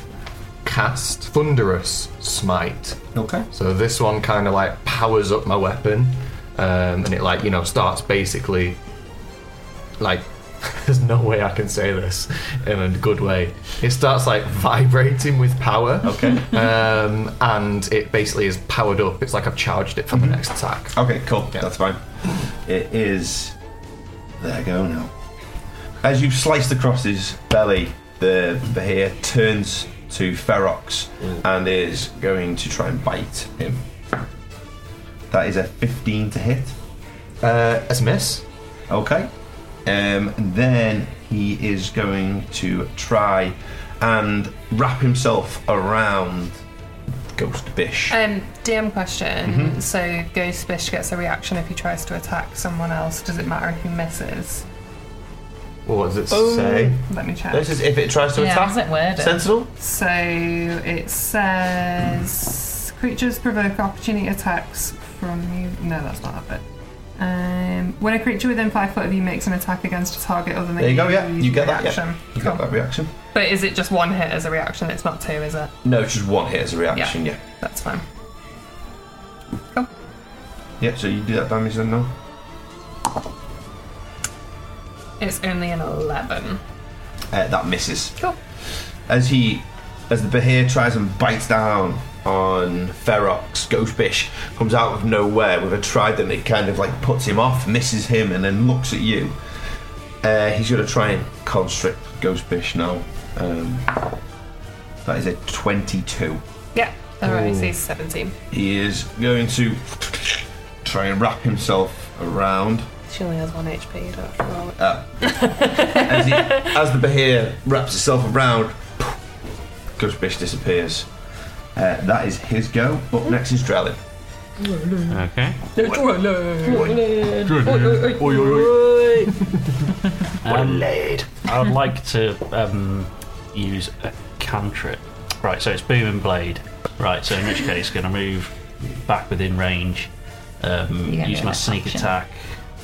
Speaker 1: cast Thunderous Smite.
Speaker 5: Okay.
Speaker 1: So this one kind of like powers up my weapon, um, and it like you know starts basically like there's no way I can say this in a good way. It starts like vibrating with power.
Speaker 5: Okay.
Speaker 1: Um, and it basically is powered up. It's like I've charged it for the next attack.
Speaker 5: Okay, cool.
Speaker 1: Yeah.
Speaker 5: That's fine. It is. There you go now. As you've sliced across his belly, the Bahir turns to Ferox and is going to try and bite him. That is a 15 to hit.
Speaker 1: Uh, as a miss.
Speaker 5: Okay. Um, then he is going to try and wrap himself around Ghost Bish.
Speaker 3: Uh,
Speaker 2: Um, DM question. So, Ghost Fish gets a reaction if he tries to attack someone else. Does it matter who misses?
Speaker 1: What does it say?
Speaker 2: Let me check.
Speaker 5: This is if it tries to
Speaker 3: Yeah,
Speaker 5: attack.
Speaker 3: isn't it worded?
Speaker 5: Sentinel?
Speaker 2: So it says creatures provoke opportunity attacks from you. No, that's not that bit. Um, when a creature within five foot of you makes an attack against a target other than
Speaker 5: There you go, yeah.
Speaker 2: use
Speaker 5: You get that,
Speaker 2: reaction.
Speaker 5: yeah. You got
Speaker 2: Cool.
Speaker 5: that reaction.
Speaker 2: But is it just one hit as a reaction? It's not two, is it?
Speaker 5: No, it's just one hit as a reaction, yeah.
Speaker 2: That's fine.
Speaker 5: Yeah, so you do that damage then now.
Speaker 2: It's only an eleven.
Speaker 5: Uh, that misses.
Speaker 2: Cool.
Speaker 5: As he, as the Bahir tries and bites down on Ferox, Ghostbish comes out of nowhere with a trident. It kind of like puts him off, misses him, and then looks at you. Uh, he's going to try and constrict Ghostbish now. Um, that is a 22.
Speaker 2: Yeah. Alright, so he's seventeen.
Speaker 5: He is going to try and wrap himself around.
Speaker 2: She only has one HP. You don't have to roll it.
Speaker 5: as, he, as the Bahir wraps itself around, Gushbish disappears. Uh, that is his go. Up next is Drellin.
Speaker 4: Okay. Um, I would like to um, use a cantrip. Right, so it's boom and blade. Right, so in which case, going to move back within range. Um,
Speaker 3: You get
Speaker 4: use
Speaker 3: rid
Speaker 4: my
Speaker 3: of
Speaker 4: sneak
Speaker 3: action.
Speaker 4: attack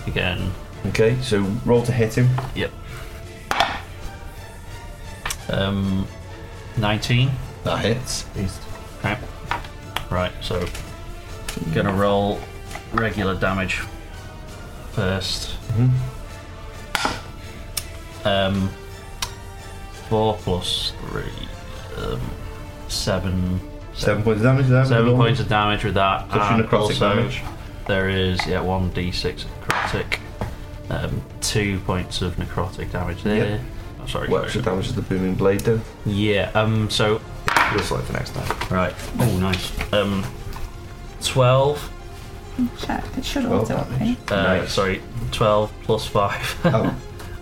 Speaker 4: again.
Speaker 5: Okay, so roll to hit him.
Speaker 4: Yep. Um, 19.
Speaker 5: That hits.
Speaker 4: Okay. Right, so gonna roll regular damage first.
Speaker 5: Mm-hmm.
Speaker 4: Um, four plus three, um, seven,
Speaker 5: Seven points of damage. There.
Speaker 4: seven points of damage with that.
Speaker 5: Plus your
Speaker 4: and
Speaker 5: necrotic
Speaker 4: also
Speaker 5: damage.
Speaker 4: There is yeah one d6 necrotic, um, two points of necrotic damage there. Oh, sorry.
Speaker 5: What extra
Speaker 4: sorry.
Speaker 5: damage does the booming blade do?
Speaker 4: Yeah. Um. So
Speaker 5: We'll select the next time.
Speaker 4: right. Oh, nice. Um, twelve.
Speaker 3: Check. It should
Speaker 5: Well,
Speaker 3: auto
Speaker 5: that
Speaker 3: right?
Speaker 4: Uh,
Speaker 5: Nice.
Speaker 4: Sorry, 12 plus 5.
Speaker 5: Oh,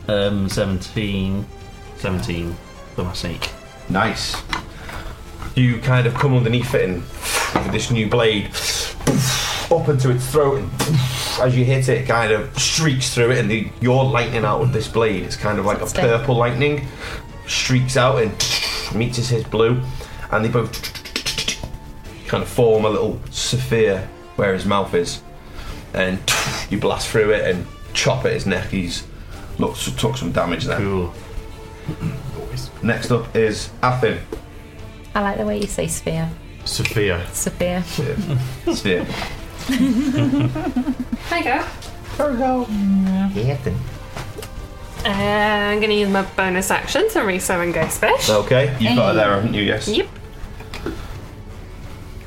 Speaker 4: um, 17. 17 for my sneak.
Speaker 5: nice. You kind of come underneath it and with this new blade up into its throat, and as you hit it, it kind of streaks through it, and the, your lightning out of this blade is kind of like a
Speaker 3: Spin.
Speaker 5: purple lightning, streaks out and meets his blue, and they both kind of form a little sphere where his mouth is, and you blast through it and chop at his neck. He's look, took some damage there.
Speaker 4: Cool.
Speaker 5: Next up is Athin.
Speaker 10: I like the way you say sphere.
Speaker 1: Sophia.
Speaker 10: Sphere.
Speaker 7: There
Speaker 5: Sphere.
Speaker 7: you go. Uh, I'm going to use my bonus action to re-summon Ghost Fish.
Speaker 5: Okay, you've got it there, haven't you? Yes.
Speaker 7: Yep.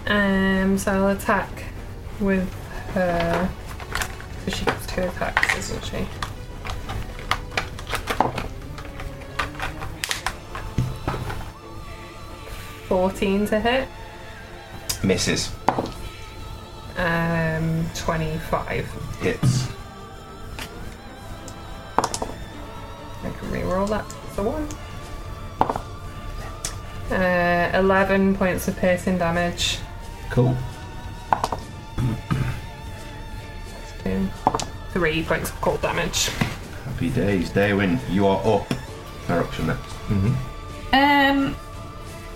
Speaker 2: Um, so I'll attack with her. So she gets two attacks, doesn't she? Fourteen to hit.
Speaker 5: Misses.
Speaker 2: Um, twenty-five.
Speaker 5: Hits.
Speaker 2: I can reroll that. It's a one. Uh, eleven points of piercing damage.
Speaker 5: Cool.
Speaker 2: Two, three points of cold damage.
Speaker 5: Happy days. Daywin, you are up. Eruption next.
Speaker 3: Um,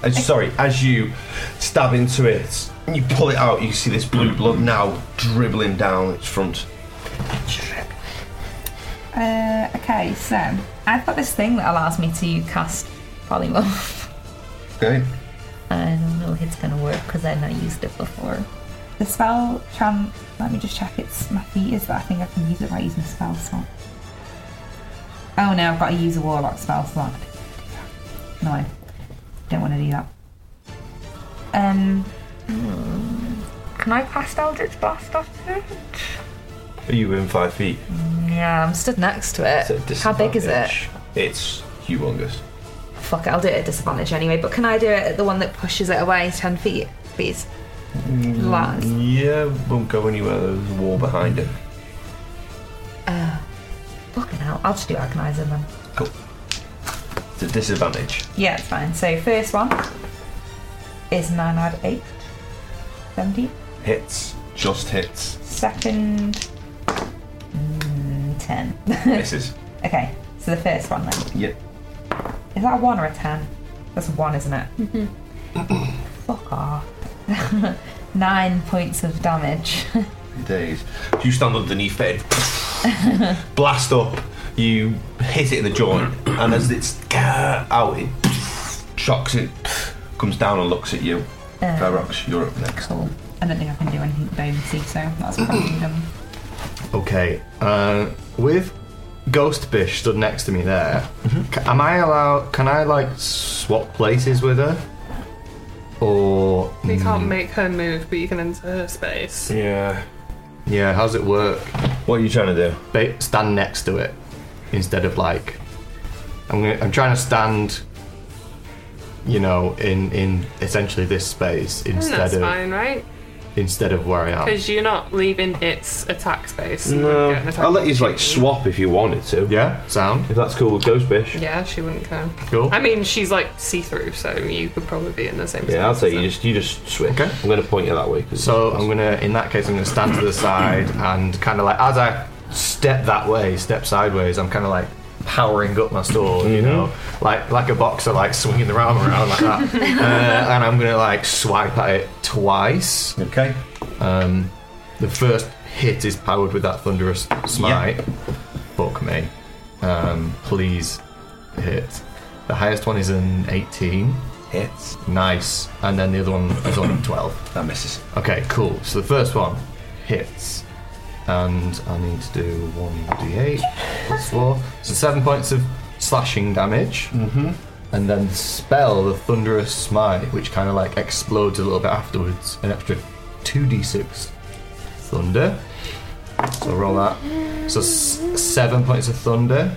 Speaker 5: Uh, sorry, as you stab into it, you pull it out, you see this blue blood now dribbling down its front.
Speaker 3: Uh, okay, so I've got this thing that allows me to cast polymorph.
Speaker 5: Okay.
Speaker 3: I don't know if it's gonna work because I've not used it before. The spell tram. Let me just check. It's my feet is, but I think I can use it by using a spell slot. Oh no, I've got to use a warlock spell slot. No, I don't want to do that. Um,
Speaker 10: Hmm. Can I cast Eldritch Blast off it?
Speaker 5: Are you within five feet?
Speaker 10: Mm, Yeah, I'm stood next to it.
Speaker 5: It's at
Speaker 10: How big is it?
Speaker 5: disadvantage. It's humongous.
Speaker 10: Fuck it, I'll do it at disadvantage anyway. But can I do it at the one that pushes it away ten feet, please?
Speaker 5: Mm.
Speaker 10: Last.
Speaker 5: Yeah, won't go anywhere. There's a wall behind it.
Speaker 10: Fucking hell, I'll just do Agonizer then.
Speaker 5: Cool. It's a disadvantage.
Speaker 3: yeah, it's fine. So first one is nine out of eight. Seventeen.
Speaker 5: Hits. Just hits.
Speaker 3: Second. Mm, ten.
Speaker 5: Misses.
Speaker 3: Okay, so the first one then.
Speaker 5: Yep.
Speaker 3: Is that a one or a ten? That's a one, isn't it?
Speaker 10: Mm-hmm.
Speaker 3: Fuck off. Nine points of damage.
Speaker 5: days. You stand underneath it, blast up, you hit it in the joint, and as it's out, it shocks it, comes down and looks at you. Ferox, you're up next.
Speaker 3: cool. I don't think I can do anything bonusy, so that's probably done.
Speaker 1: Okay. Uh, with Ghostbish stood next to me there,
Speaker 2: Mm-hmm.
Speaker 1: ca- am I allowed? Can I like swap places with her? Or
Speaker 2: You can't make her move, but you can enter her space.
Speaker 5: Yeah.
Speaker 1: mm, yeah, how's it work?
Speaker 5: What are you trying to do?
Speaker 1: Ba- stand next to it instead of like I'm gonna, I'm trying to stand. You know, in in essentially this space
Speaker 2: And
Speaker 1: instead
Speaker 2: that's
Speaker 1: of
Speaker 2: fine, right?
Speaker 1: instead of where I am.
Speaker 2: Because you're not leaving its attack space. You
Speaker 5: No,
Speaker 2: won't get an attack
Speaker 5: I'll let you like
Speaker 2: opportunity.
Speaker 5: swap if you wanted to.
Speaker 1: Um, Yeah, sound
Speaker 5: If that's cool with Ghostfish.
Speaker 2: Yeah, she wouldn't care.
Speaker 1: cool.
Speaker 2: I mean, she's like see through, so you could probably be in the same.
Speaker 5: Yeah, I'll
Speaker 2: space,
Speaker 5: say you
Speaker 2: so-
Speaker 5: just you just switch.
Speaker 1: Okay.
Speaker 5: I'm gonna point you that way.
Speaker 1: So I'm gonna, in that case, I'm gonna stand to the side and kind of like, as I step that way, step sideways, I'm kind of like powering up my sword, you know, like like a boxer, like swinging the arm around like that. uh, and I'm gonna like swipe at it twice.
Speaker 5: Okay.
Speaker 1: Um, the first hit is powered with that thunderous smite. Fuck me. Um, please hit. The highest one is an 18.
Speaker 5: Hits.
Speaker 1: Nice. And then the other one is on a 12.
Speaker 5: That misses.
Speaker 1: Okay, cool. So the first one hits. And I need to do 1d8 plus 4. So 7 points of slashing damage. Mm-hmm. And then the spell, the Thunderous Smite, which kind of like explodes a little bit afterwards. An extra 2d6 thunder. So roll that. So s- 7 points of thunder.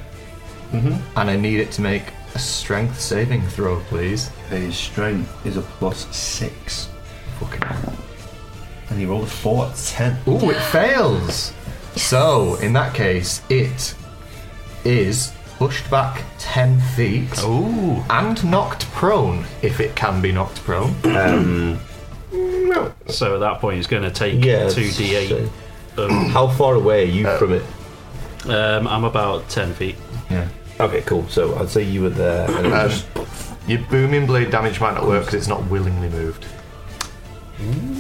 Speaker 1: Mm-hmm. And I need it to make a strength saving throw, please.
Speaker 5: His strength is a plus six.
Speaker 1: Fucking
Speaker 5: And he rolled a four at ten.
Speaker 1: Ooh, it fails. So, in that case, it is pushed back 10 feet
Speaker 4: Ooh.
Speaker 1: and knocked prone, if it can be knocked prone.
Speaker 4: So at that point, he's going to take
Speaker 11: Yeah,
Speaker 4: two d8. Um,
Speaker 11: How far away are you
Speaker 1: Uh,
Speaker 11: from it?
Speaker 4: um, I'm about ten feet.
Speaker 1: Yeah.
Speaker 11: Okay, cool. So I'd say you were there. And it
Speaker 1: Um,
Speaker 11: was just-
Speaker 1: Your booming blade damage might not work because it's not willingly moved.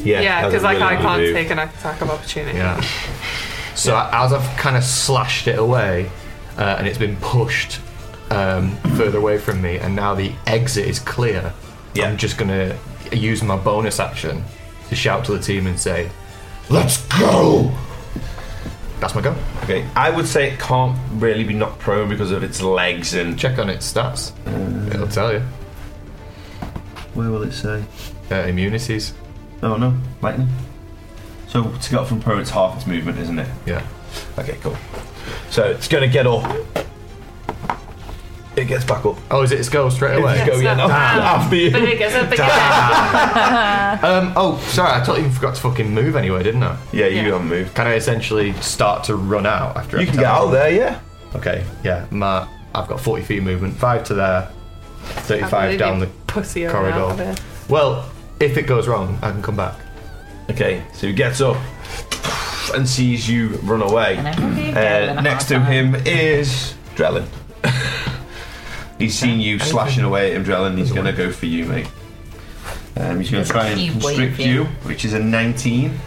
Speaker 11: yeah,
Speaker 2: Yeah, because like I can't
Speaker 11: take
Speaker 2: take an attack of opportunity.
Speaker 1: Yeah. So as I've kind of slashed it away, uh, and it's been pushed um, further away from me, and now the exit is clear.
Speaker 5: Yeah.
Speaker 1: I'm just gonna use my bonus action to shout to the team and say, "Let's go!" That's my go.
Speaker 5: Okay. I would say it can't really be knocked prone because of its legs and.
Speaker 1: Check on its stats. It'll tell you.
Speaker 5: Where will it say?
Speaker 1: Uh, immunities.
Speaker 5: Oh no, lightning. So to get up from prone, it's half its movement, isn't it?
Speaker 1: Yeah.
Speaker 5: Okay, cool. So it's gonna get up. It gets back up.
Speaker 1: Oh, is it its go straight away?
Speaker 5: Go yeah, no, after you.
Speaker 7: But it gets up again.
Speaker 1: Um. Oh, sorry. I totally even forgot to fucking move anyway, didn't I?
Speaker 5: Yeah, you haven't moved.
Speaker 1: Can I essentially start to run out after?
Speaker 5: You
Speaker 1: I've
Speaker 5: can get
Speaker 1: done
Speaker 5: out of there, yeah.
Speaker 1: Okay, yeah, Matt, I've got 40 feet movement, 5 to there, 35 down the
Speaker 2: pussy over out of
Speaker 1: corridor.
Speaker 2: it.
Speaker 1: Well, if it goes wrong, I can come back.
Speaker 5: Okay, so he gets up and sees you run away. Uh, next to him is Drellin. he's seen you slashing away at him, Drellin. He's going to go for you, mate. Um, he's going to try
Speaker 3: Keep
Speaker 5: and constrict
Speaker 3: waving.
Speaker 5: you, which is a 19.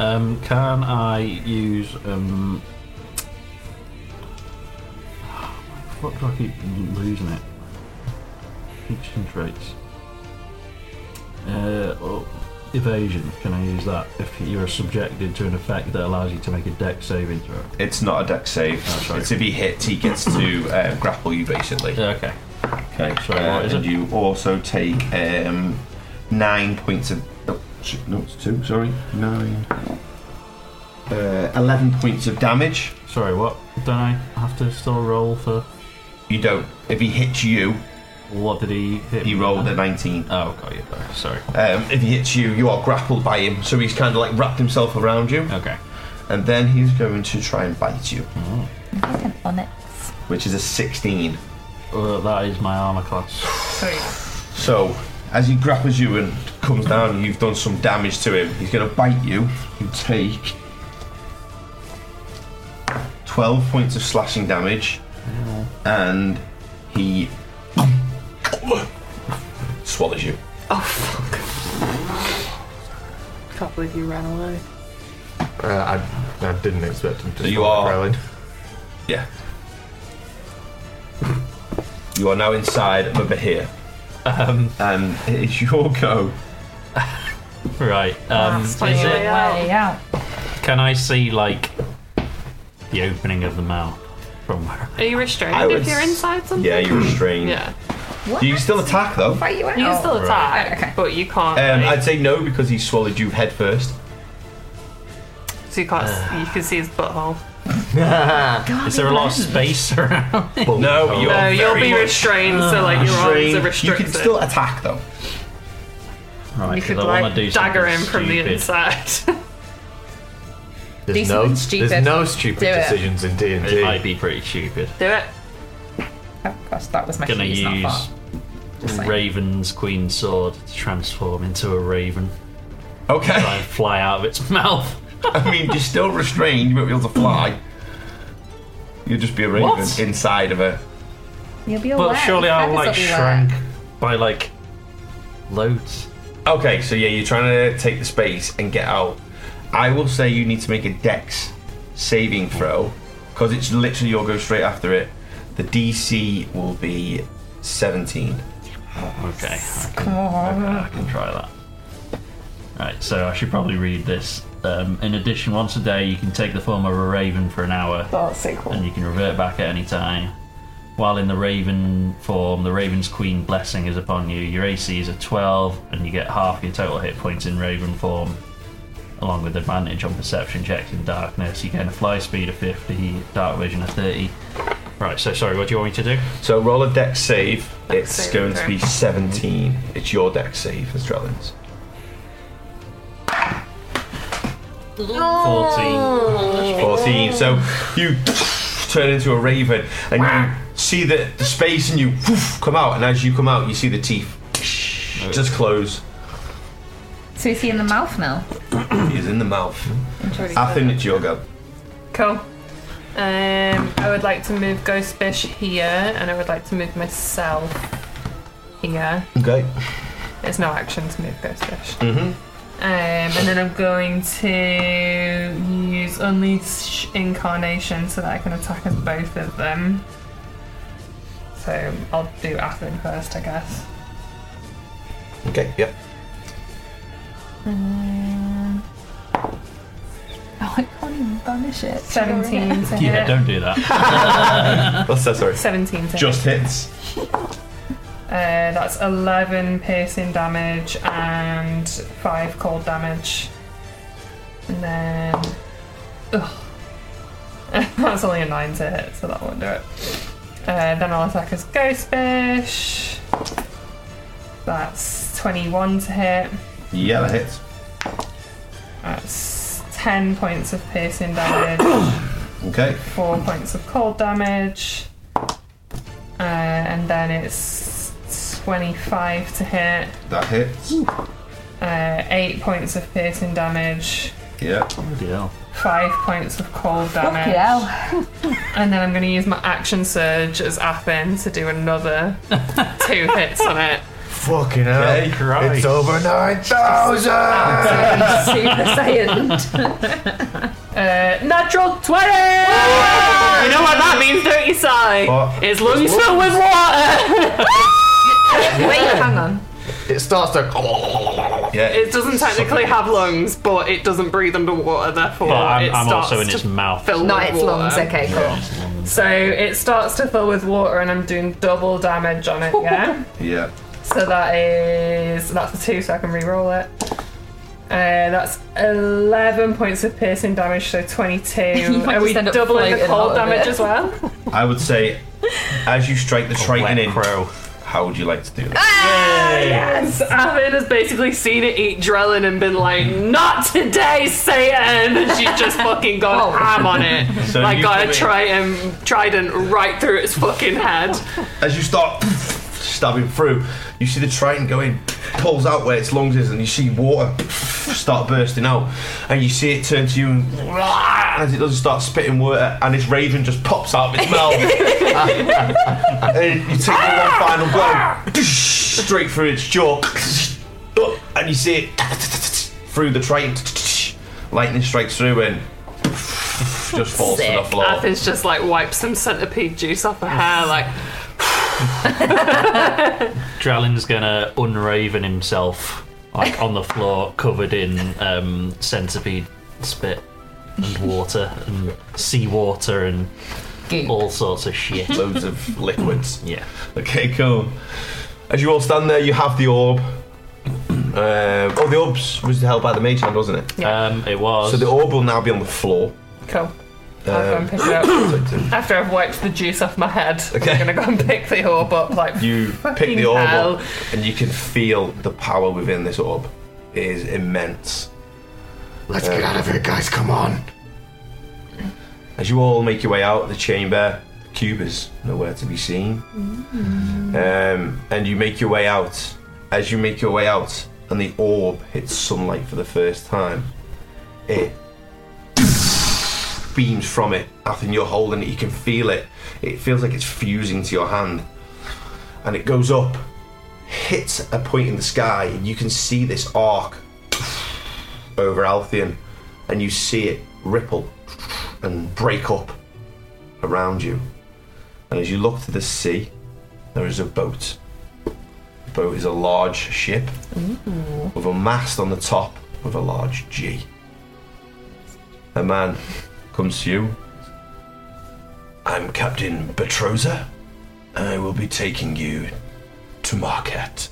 Speaker 4: Um, can I use um? What do I keep losing it? Fiction traits. Uh, oh, evasion. Can I use that if you're subjected to an effect that allows you to make a deck saving throw?
Speaker 5: It's not a deck save.
Speaker 4: Oh, sorry.
Speaker 5: it's if he hits, he gets to uh, grapple you, basically.
Speaker 4: Okay.
Speaker 5: Okay,
Speaker 4: Sorry,
Speaker 5: uh,
Speaker 4: what is
Speaker 5: and
Speaker 4: it?
Speaker 5: you also take um, nine points of. Oh, shit, no, it's two, sorry. Nine. Uh, 11 points of damage.
Speaker 4: Sorry, what? Don't I have to still roll for?
Speaker 5: You don't. If he hits you,
Speaker 4: What did he hit?
Speaker 5: he
Speaker 4: me
Speaker 5: rolled
Speaker 4: with?
Speaker 5: a 19.
Speaker 4: Oh, got you. Sorry. Sorry.
Speaker 5: Um, if he hits you, you are grappled by him, so he's kind of like wrapped himself around you,
Speaker 4: Okay.
Speaker 5: and then he's going to try and bite you,
Speaker 3: On it.
Speaker 5: which is a 16.
Speaker 4: Well, that is my armor class.
Speaker 5: So, as he grapples you and comes down, you've done some damage to him. He's going to bite you. You take 12 points of slashing damage, and he swallows you.
Speaker 2: Can't believe you ran away.
Speaker 1: Uh, I, I didn't expect him to.
Speaker 5: So you
Speaker 1: stop
Speaker 5: are-
Speaker 1: rolling.
Speaker 5: Yeah. You are now inside of over here. Um, and it is your go.
Speaker 4: Right. Um, is it?
Speaker 3: Way out.
Speaker 4: Can I see like the opening of the mouth from where?
Speaker 2: Are you restrained
Speaker 5: I would
Speaker 2: if you're
Speaker 5: s-
Speaker 2: inside something?
Speaker 5: Yeah, you're restrained.
Speaker 2: Yeah.
Speaker 5: You can still attack though.
Speaker 3: Why you out?
Speaker 2: You can still attack,
Speaker 3: Right, okay.
Speaker 2: but you can't.
Speaker 5: Um,
Speaker 2: like-
Speaker 5: I'd say no because he swallowed you head first.
Speaker 2: so you can't. s you can see his butthole. Oh,
Speaker 4: Is there a lot of space around?
Speaker 5: No, you're
Speaker 2: No, you'll
Speaker 5: very
Speaker 2: be
Speaker 5: much uh,
Speaker 2: restrained, so like your arms are
Speaker 5: restrained. You
Speaker 2: restricted.
Speaker 5: can still attack though.
Speaker 4: Right,
Speaker 2: You
Speaker 4: 'cause
Speaker 2: could
Speaker 4: I wanna
Speaker 2: like
Speaker 4: do
Speaker 2: dagger
Speaker 4: something
Speaker 2: him from the
Speaker 4: stupid.
Speaker 2: inside.
Speaker 1: There's
Speaker 10: Do
Speaker 1: no,
Speaker 10: something stupid.
Speaker 1: There's no stupid
Speaker 10: Do it.
Speaker 1: decisions in D and
Speaker 4: It might
Speaker 1: D.
Speaker 4: be pretty stupid.
Speaker 2: Do it.
Speaker 3: Oh, gosh, that was my
Speaker 4: Gonna
Speaker 3: shoes, not
Speaker 4: use
Speaker 3: far. Just saying.
Speaker 4: Raven's Queen Sword to transform into a raven. Try
Speaker 5: Okay.
Speaker 4: and fly out of its mouth.
Speaker 5: I mean, you're still restrained. You won't be able to fly. You You'd just be a raven
Speaker 4: What?
Speaker 5: inside of a.
Speaker 3: You'll be
Speaker 4: But
Speaker 3: aware.
Speaker 4: surely
Speaker 3: Your
Speaker 4: I'm
Speaker 3: feathers
Speaker 4: like
Speaker 3: will be
Speaker 4: shrunk by like loads.
Speaker 5: Okay, so yeah, you're trying to take the space and get out. I will say you need to make a dex saving throw because it's literally you'll go straight after it. The DC will be 17.
Speaker 4: Okay, I can, I, I can try that. Right, so I should probably read this. Um, in addition, once a day you can take the form of a raven for an hour.
Speaker 2: Oh, That's so cool.
Speaker 4: and you can revert back at any time. While in the Raven form, the Raven's Queen blessing is upon you. Your AC is a 12, and you get half your total hit points in Raven form, along with advantage on perception checks in darkness. You gain a fly speed of 50, dark vision of 30. Right, so sorry, what do you want me to do?
Speaker 5: So roll a dex save. it's
Speaker 3: save,
Speaker 5: going to
Speaker 3: okay.
Speaker 5: be 17. It's your dex save, Australians.
Speaker 2: Oh.
Speaker 4: 14.
Speaker 5: 14. So you turn into a raven and you see the, the space and you woof, come out. And as you come out, you see the teeth just close.
Speaker 3: So is he in the mouth now?
Speaker 5: He's in the mouth. I think it's your go.
Speaker 2: Cool. Um, I would like to move Ghostfish here, and I would like to move myself here.
Speaker 5: Okay.
Speaker 2: It's no action to move Ghostfish. Mm-hmm. Um, and then I'm going to use Unleash Incarnation so that I can attack as both of them. So I'll do Athen first, I guess.
Speaker 5: Okay, yep.
Speaker 3: Oh, I can't even banish it.
Speaker 2: 17 to hit.
Speaker 4: Yeah, don't do that.
Speaker 5: What's that, sorry?
Speaker 2: 17 to hit.
Speaker 5: Just hits.
Speaker 2: Uh, that's 11 piercing damage and 5 cold damage. And then. Ugh. that's only a 9 to hit, so that won't do it. Uh, then I'll attack as Ghostfish. That's 21 to hit.
Speaker 5: Yeah, that hits.
Speaker 2: That's 10 points of piercing damage,
Speaker 5: Okay.
Speaker 2: 4 points of cold damage. Uh, and then it's 25 to hit.
Speaker 5: That hits.
Speaker 2: Uh, eight points of piercing damage,
Speaker 5: Yeah.
Speaker 4: Bloody hell.
Speaker 2: five points of cold damage, and then I'm going to use my action surge as Athen to do another two hits on it.
Speaker 1: Fucking hell.
Speaker 5: Hey, Christ.
Speaker 1: It's over 9,000!
Speaker 10: Super Saiyan.
Speaker 2: Uh, natural twenty.
Speaker 7: You know what that means, don't you, Si?
Speaker 5: What?
Speaker 7: His lungs filled with water.
Speaker 10: Wait, hang on.
Speaker 1: It starts to.
Speaker 5: Yeah.
Speaker 2: It doesn't technically have lungs, but it doesn't breathe underwater. Therefore,
Speaker 4: But I'm,
Speaker 2: it
Speaker 4: I'm
Speaker 2: starts
Speaker 4: also in
Speaker 2: to
Speaker 4: his mouth.
Speaker 2: fill
Speaker 10: Not
Speaker 2: with
Speaker 10: its
Speaker 2: water.
Speaker 10: lungs. Okay, cool.
Speaker 2: So it starts to fill with water, and I'm doing double damage on it. Yeah.
Speaker 5: yeah.
Speaker 2: So that is that's a two, so I can re-roll it. Uh, that's eleven points of piercing damage, so twenty-two.
Speaker 3: might
Speaker 2: Are we
Speaker 3: just end up
Speaker 2: doubling the
Speaker 3: floating out
Speaker 2: cold
Speaker 3: of it.
Speaker 2: damage as well?
Speaker 5: I would say, as you strike the Triton in,
Speaker 4: crow.
Speaker 5: how would you like to do that?
Speaker 7: Yes. Avin has basically seen it eat Drellin and been like, "Not today, Satan!" And she's just fucking
Speaker 3: Oh.
Speaker 7: gone ham on it.
Speaker 5: So
Speaker 7: like
Speaker 5: you
Speaker 7: got a
Speaker 5: come in.
Speaker 7: trident, trident right through its fucking head.
Speaker 5: As you start stabbing through, you see the Triton going, pulls out where its lungs is, and you see water start bursting out, and you see it turn to you, and as it does, it starts spitting water, and its raven just pops out of its mouth. and you take the one final blow, straight through its jaw, and you see it through the Triton. Lightning strikes through and just falls to the floor.
Speaker 7: Athen's just like wipes some centipede juice off her hair, like.
Speaker 4: Drellin's gonna unraven himself, like on the floor, covered in um, centipede spit and water and seawater and all sorts of shit.
Speaker 5: loads of liquids.
Speaker 4: Yeah.
Speaker 5: Okay, cool. As you all stand there, you have the orb. Um, oh, the orb was held by the mage hand, wasn't it?
Speaker 4: Um, it was.
Speaker 5: So the orb will now be on the floor.
Speaker 2: Cool. I'll
Speaker 5: Um,
Speaker 2: go and pick it
Speaker 5: So
Speaker 2: up
Speaker 5: to-
Speaker 2: after I've wiped the juice off my head.
Speaker 5: Okay.
Speaker 2: I'm gonna go and pick the orb up. Like
Speaker 5: you pick
Speaker 2: fucking
Speaker 5: the orb
Speaker 2: hell.
Speaker 5: up, and you can feel the power within this orb. It is immense. Um,
Speaker 1: Let's get out of here, guys, come on.
Speaker 5: As you all make your way out of the chamber, the cube is nowhere to be seen.
Speaker 2: Mm.
Speaker 5: Um, and you make your way out. As you make your way out, and the orb hits sunlight for the first time, it beams from it. I think you're holding it, you can feel it. It feels like it's fusing to your hand. And it goes up, hits a point in the sky, and you can see this arc over Altheon, and you see it ripple and break up around you. And as you look to the sea, there is a boat. The boat is a large ship with a mast on the top with a large G. A man comes to you. I'm Captain Betroza. I will be taking you to Marquette.